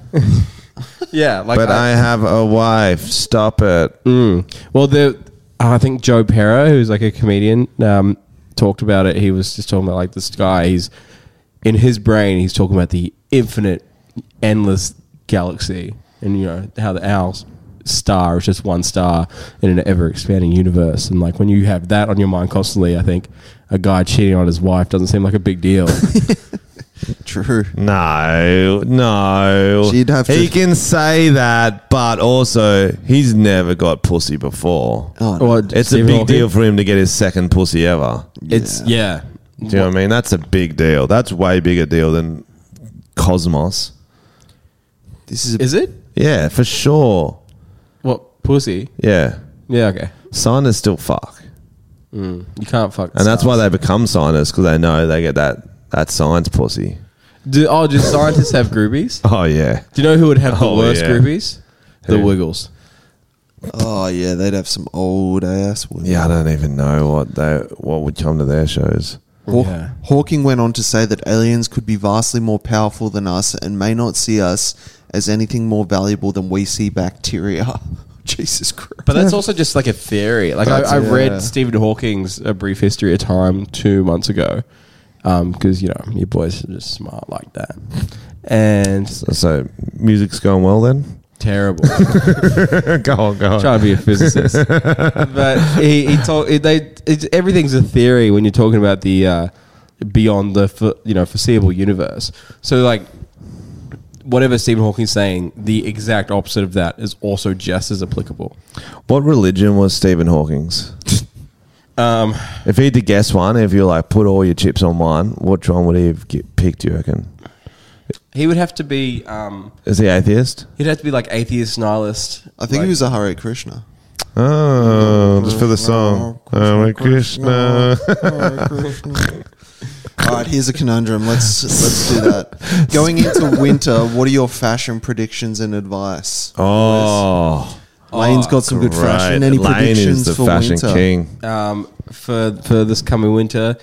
Speaker 4: Yeah, like
Speaker 2: But I have a wife. Stop it.
Speaker 4: Mm. Well, the I think Joe Perra, who's like a comedian, um, talked about it. He was just talking about like this guy. He's in his brain. He's talking about the infinite, endless galaxy, and you know how the our star is just one star in an ever expanding universe. And like when you have that on your mind constantly, I think a guy cheating on his wife doesn't seem like a big deal.
Speaker 3: True.
Speaker 2: No, no.
Speaker 3: So you'd have to-
Speaker 2: he can say that, but also he's never got pussy before.
Speaker 3: Oh, no.
Speaker 4: Or
Speaker 2: it's
Speaker 4: Stephen
Speaker 2: a big
Speaker 4: Hawking.
Speaker 2: deal for him to get his second pussy ever.
Speaker 4: It's yeah.
Speaker 2: Do you know what I mean? That's a big deal. That's way bigger deal than Cosmos.
Speaker 3: This is a
Speaker 4: Is it
Speaker 2: Yeah, for sure.
Speaker 4: what pussy?
Speaker 2: Yeah,
Speaker 4: Yeah, okay.
Speaker 2: signers still fuck,
Speaker 4: You can't fuck.
Speaker 2: and that's why they become signers because they know they get that that signs pussy.
Speaker 4: Do, oh, do scientists have groupies?
Speaker 2: Oh yeah,
Speaker 4: Do you know who would have
Speaker 2: Oh,
Speaker 4: the worst
Speaker 2: yeah.
Speaker 4: groupies? The
Speaker 2: Who?
Speaker 4: Wiggles.
Speaker 3: Oh yeah, they'd have some old ass women.
Speaker 2: yeah. I don't even know what they what would come to their shows.
Speaker 3: Haw-
Speaker 4: Yeah.
Speaker 3: Hawking went on to say that aliens could be vastly more powerful than us and may not see us as anything more valuable than we see bacteria. Jesus Christ.
Speaker 4: But that's also just like a theory. Like I,
Speaker 3: That's-
Speaker 4: I
Speaker 3: yeah.
Speaker 4: read Stephen Hawking's A Brief History of Time two months ago, because you know your boys are just smart like that, and
Speaker 2: So music's going well then.
Speaker 4: terrible.
Speaker 2: go on, go on.
Speaker 4: Trying to be a physicist, but he, he told they it's, everything's a theory when you're talking about the uh, beyond the fo- you know foreseeable universe. So like whatever Stephen Hawking's saying, the exact opposite of that is also just as applicable.
Speaker 2: What religion was Stephen Hawking's?
Speaker 4: Um,
Speaker 2: if he had to guess one, if you like put all your chips on one, which one would he have ge- picked? You reckon?
Speaker 4: He would have to be. Um,
Speaker 2: Is he atheist?
Speaker 4: he'd have to be like atheist nihilist.
Speaker 3: I think
Speaker 4: like,
Speaker 3: he was a Hare Krishna.
Speaker 2: Oh, just for the song. Oh, Hare Krishna.
Speaker 3: All right, here's a conundrum. Let's let's do that. Going into winter, what are your fashion predictions and advice?
Speaker 2: Oh,
Speaker 3: Lane's got some good fashion.
Speaker 2: right.
Speaker 3: Any
Speaker 2: Lane
Speaker 3: predictions
Speaker 2: is the
Speaker 3: for
Speaker 2: fashion
Speaker 3: winter?
Speaker 2: king.
Speaker 4: um, for for this coming winter.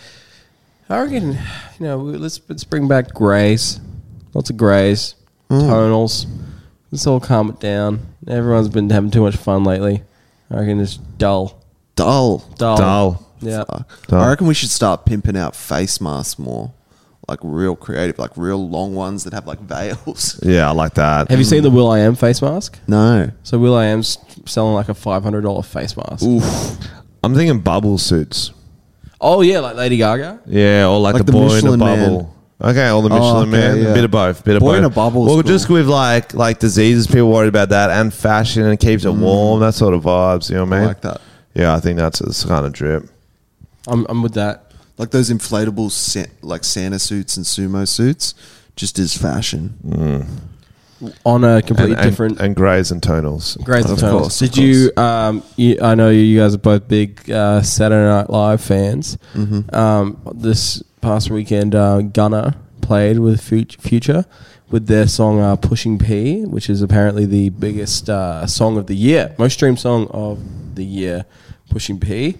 Speaker 4: I reckon, you know, we- let's let's bring back greys, lots of greys, tonals. Let's all calm it down. Everyone's been having too much fun lately. I reckon it's dull,
Speaker 3: Dull.
Speaker 4: dull,
Speaker 2: Dull.
Speaker 4: Yeah,
Speaker 2: Dull.
Speaker 3: I reckon we should start pimping out face masks more, like real creative, like real long ones that have like veils.
Speaker 2: Yeah, I like that.
Speaker 4: Have you seen the Will I Am face mask?
Speaker 3: No,
Speaker 4: So Will I Am's selling like a five hundred dollar face mask.
Speaker 2: I'm thinking bubble suits.
Speaker 4: Oh yeah, like Lady Gaga.
Speaker 2: Yeah, or like,
Speaker 3: Like
Speaker 2: the,
Speaker 3: the
Speaker 2: boy in
Speaker 3: Michelin
Speaker 2: a
Speaker 3: Man.
Speaker 2: bubble. Okay, or the
Speaker 3: Oh,
Speaker 2: Michelin
Speaker 3: okay,
Speaker 2: Man,
Speaker 3: yeah.
Speaker 2: a bit of both, bit of
Speaker 3: Boy
Speaker 2: both.
Speaker 3: in a bubble's
Speaker 2: Well,
Speaker 3: cool.
Speaker 2: just with like like diseases, people worried about that, and fashion, and it keeps it warm, that sort of vibes. You know what I
Speaker 3: Mm. I
Speaker 2: mean?
Speaker 3: like that.
Speaker 2: Yeah, I think that's it's kind of drip.
Speaker 4: I'm I'm with that.
Speaker 3: Like those inflatable, sa- like Santa suits and sumo suits, just as fashion.
Speaker 4: On a completely
Speaker 2: And, and,
Speaker 4: different
Speaker 2: and grays and tonals.
Speaker 4: Great
Speaker 3: Of
Speaker 4: Eternals.
Speaker 3: course, of
Speaker 4: Did you, um, you? I know you guys are both big uh, Saturday Night Live fans. Um, this past weekend, uh, Gunna played with Fut- Future with their song uh, "Pushing P," which is apparently the biggest uh, song of the year, most streamed song of the year. Pushing P,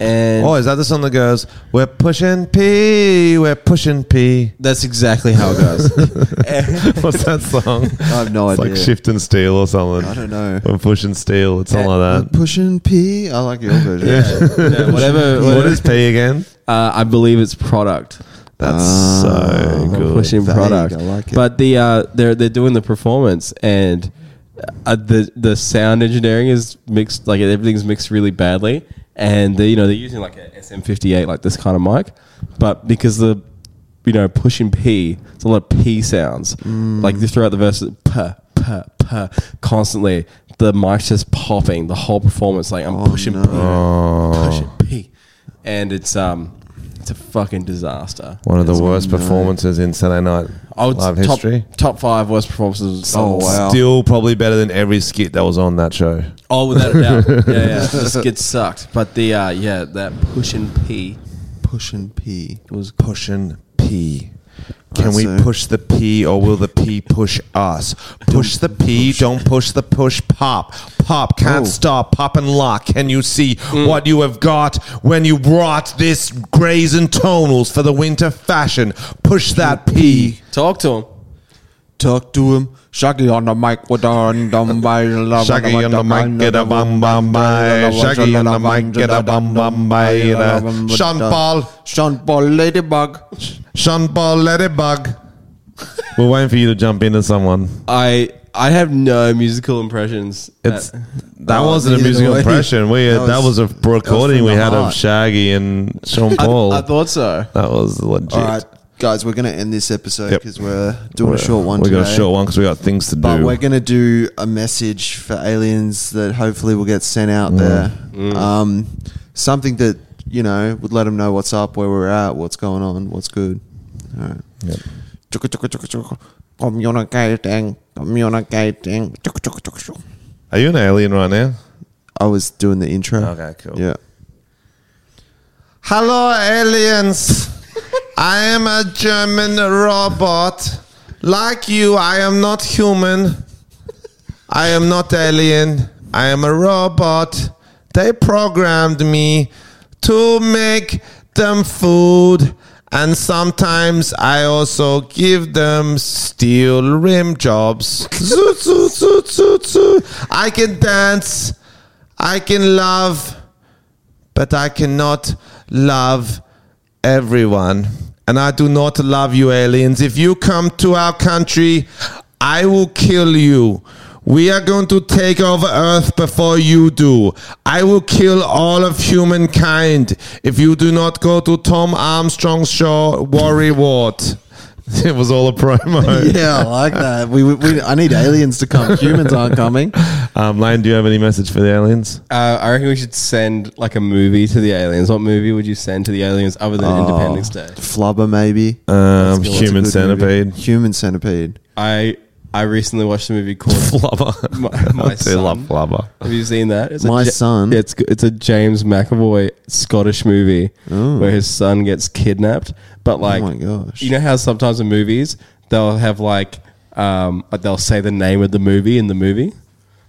Speaker 4: and
Speaker 2: Oh, is that the song that goes, We're pushing P, we're pushing P?
Speaker 4: that's exactly how it goes.
Speaker 2: What's that song?
Speaker 3: I have no
Speaker 2: it's
Speaker 3: idea.
Speaker 2: like Shift and Steel or something.
Speaker 3: I don't know.
Speaker 2: We're pushing Steel, it's something like that.
Speaker 3: Uh, Pushing P. I like your version.
Speaker 4: Yeah, whatever.
Speaker 2: What
Speaker 4: whatever
Speaker 2: is P again?
Speaker 4: uh, I believe it's product.
Speaker 2: That's so
Speaker 4: They're
Speaker 2: good.
Speaker 4: Oh, Pushing product, but the uh, they're they're doing the performance and uh, the the sound engineering is mixed like everything's mixed really badly, and they, you know they're using like a SM58 like this kind of mic, but because the you know pushing P, it's a lot of P sounds like just throughout the verses p p p constantly. The mic's just popping the whole performance. Like I'm pushing P,
Speaker 2: Oh,
Speaker 4: pushing P, and it's um it's a fucking disaster.
Speaker 2: One of the
Speaker 4: It's
Speaker 2: worst performances in Saturday Night
Speaker 4: Oh, it's
Speaker 2: Live
Speaker 4: top,
Speaker 2: history.
Speaker 4: Top five worst performances. Oh, wow.
Speaker 2: Still probably better than every skit that was on that show.
Speaker 4: Oh, without a doubt. yeah, yeah. The skid sucked. But the, uh, yeah, that push and pee.
Speaker 3: Pushing P.
Speaker 4: It was
Speaker 2: pushing P. Can
Speaker 3: Alright,
Speaker 2: we
Speaker 3: so-
Speaker 2: push the P or will the P push us? Push the P, don't push Oh. the push pop. Pop, can't stop, pop and lock. Can you see what you have got when you brought this greys and tonals for the winter fashion? Push that P.
Speaker 4: Talk to him.
Speaker 3: Talk to him. Shaggy on the mic with on dumb by
Speaker 2: Shaggy on the mic, get a bum bum by. Shaggy on the mic, get a bum bum by. Sean Paul,
Speaker 3: Sean Paul, Ladybug.
Speaker 2: Sean Paul, let it bug. We're waiting for you to jump into someone.
Speaker 4: I I have no musical impressions.
Speaker 2: It's
Speaker 4: Uh,
Speaker 2: that wasn't a
Speaker 3: neither
Speaker 2: musical
Speaker 3: do I.
Speaker 2: impression. We that
Speaker 3: That
Speaker 2: was, that was
Speaker 3: was-
Speaker 2: a recording
Speaker 3: from
Speaker 2: we
Speaker 3: the
Speaker 2: had of
Speaker 3: heart.
Speaker 2: Shaggy and Sean Paul.
Speaker 4: I thought so.
Speaker 2: that was legit.
Speaker 3: All right, guys, we're going to end this episode
Speaker 2: Yep.
Speaker 3: because we're doing a short one
Speaker 2: We
Speaker 3: today.
Speaker 2: got a short one because we got things to do.
Speaker 3: But we're going to do a message for aliens that hopefully will get sent out
Speaker 2: Mm.
Speaker 3: there. Um, something that, you know, would let them know what's up, where we're at, what's going on, what's good. All right.
Speaker 2: Yep.
Speaker 3: Communicating, communicating.
Speaker 2: Are you an alien right now?
Speaker 3: I was doing the intro.
Speaker 2: Okay, cool.
Speaker 3: Yeah.
Speaker 2: Hello, aliens. I am a German robot. Like you, I am not human. I am not alien. I am a robot. They programmed me to make them food. And sometimes I also give them steel rim jobs. Zoot, zoot, zoot, zoot, zoot. I can dance. I can love but I cannot love everyone. And I do not love you, aliens. If you come to our country, I will kill you. We are going to take over Earth before you do. I will kill all of humankind if you do not go to Tom Armstrong's show, Worry Ward. It was all a promo.
Speaker 3: Yeah, I like that. We, we, I need aliens to come. Humans aren't coming.
Speaker 2: Um, Lane, do you have any message for the aliens?
Speaker 4: Uh, I reckon we should send like a movie to the aliens. What movie would you send to the aliens other
Speaker 3: Oh.
Speaker 4: than Independence Day?
Speaker 3: Flubber, maybe.
Speaker 2: Oh. Um,
Speaker 3: That's a
Speaker 2: human
Speaker 3: good movie.
Speaker 2: centipede.
Speaker 3: Human centipede.
Speaker 4: I I recently watched a movie called.
Speaker 2: Flubber.
Speaker 4: My- my
Speaker 2: I do love
Speaker 4: son.
Speaker 2: flubber.
Speaker 4: Have you seen that? It's
Speaker 3: My son.
Speaker 4: It's it's a James McAvoy Scottish movie where his son gets kidnapped. But like,
Speaker 3: Oh my gosh.
Speaker 4: you know how sometimes in movies they'll have like, um, they'll say the name of the movie in the movie.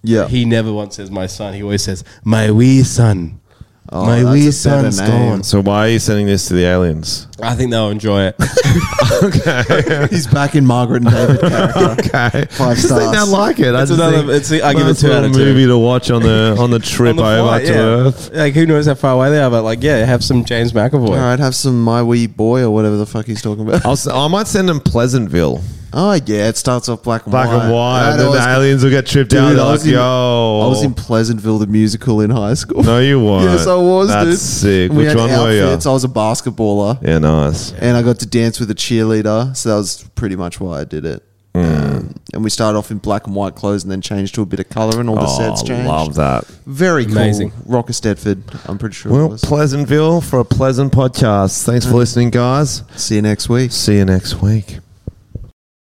Speaker 3: Yeah.
Speaker 4: He never once says my son. He always says my wee son.
Speaker 3: Oh,
Speaker 4: my
Speaker 3: that's a
Speaker 4: wee
Speaker 3: better
Speaker 4: son's
Speaker 3: name.
Speaker 4: gone.
Speaker 2: So why are you sending this to the aliens?
Speaker 4: I think they'll enjoy it.
Speaker 3: He's back in Margaret and David character.
Speaker 2: Okay.
Speaker 3: Five
Speaker 2: Just think
Speaker 3: stars.
Speaker 2: they'll like it. I
Speaker 4: It's
Speaker 2: just
Speaker 4: another-
Speaker 2: think
Speaker 4: it's- I give it
Speaker 2: nice
Speaker 4: two out
Speaker 2: little
Speaker 4: of two.
Speaker 2: movie to watch on the on the trip
Speaker 4: On the
Speaker 2: over
Speaker 4: flight,
Speaker 2: to
Speaker 4: yeah.
Speaker 2: Earth.
Speaker 4: Like who knows how far away they are, but like yeah, have some James McAvoy.
Speaker 3: All right, have some my wee boy or whatever the fuck he's talking about.
Speaker 2: I'll, s- I might send them Pleasantville.
Speaker 3: Oh yeah, it starts off black and
Speaker 2: Black
Speaker 3: white.
Speaker 2: and white.
Speaker 3: Right,
Speaker 2: and then
Speaker 3: I was-
Speaker 2: the aliens will get tripped
Speaker 3: dude,
Speaker 2: out. They're
Speaker 3: I was
Speaker 2: like,
Speaker 3: in-
Speaker 2: yo.
Speaker 3: I was in Pleasantville the musical in high school.
Speaker 2: no, you weren't.
Speaker 3: yes, I was.
Speaker 2: That's
Speaker 3: dude.
Speaker 2: sick.
Speaker 3: We
Speaker 2: Which
Speaker 3: had
Speaker 2: one
Speaker 3: outfits.
Speaker 2: were
Speaker 3: I was a basketballer,
Speaker 2: you? Yeah, nice.
Speaker 3: and I got to dance with a cheerleader. So that was pretty much why I did it.
Speaker 2: Mm.
Speaker 3: Um, and we started off in black and white clothes, and then changed to a bit of color, and all the sets
Speaker 2: Oh,
Speaker 3: changed.
Speaker 2: love that.
Speaker 3: Very cool.
Speaker 4: Amazing.
Speaker 3: Rocker Stedford. I'm pretty sure. it
Speaker 2: Well,
Speaker 3: was.
Speaker 2: Pleasantville for a pleasant podcast. Thanks for listening, guys.
Speaker 3: See you next week.
Speaker 2: See you next week.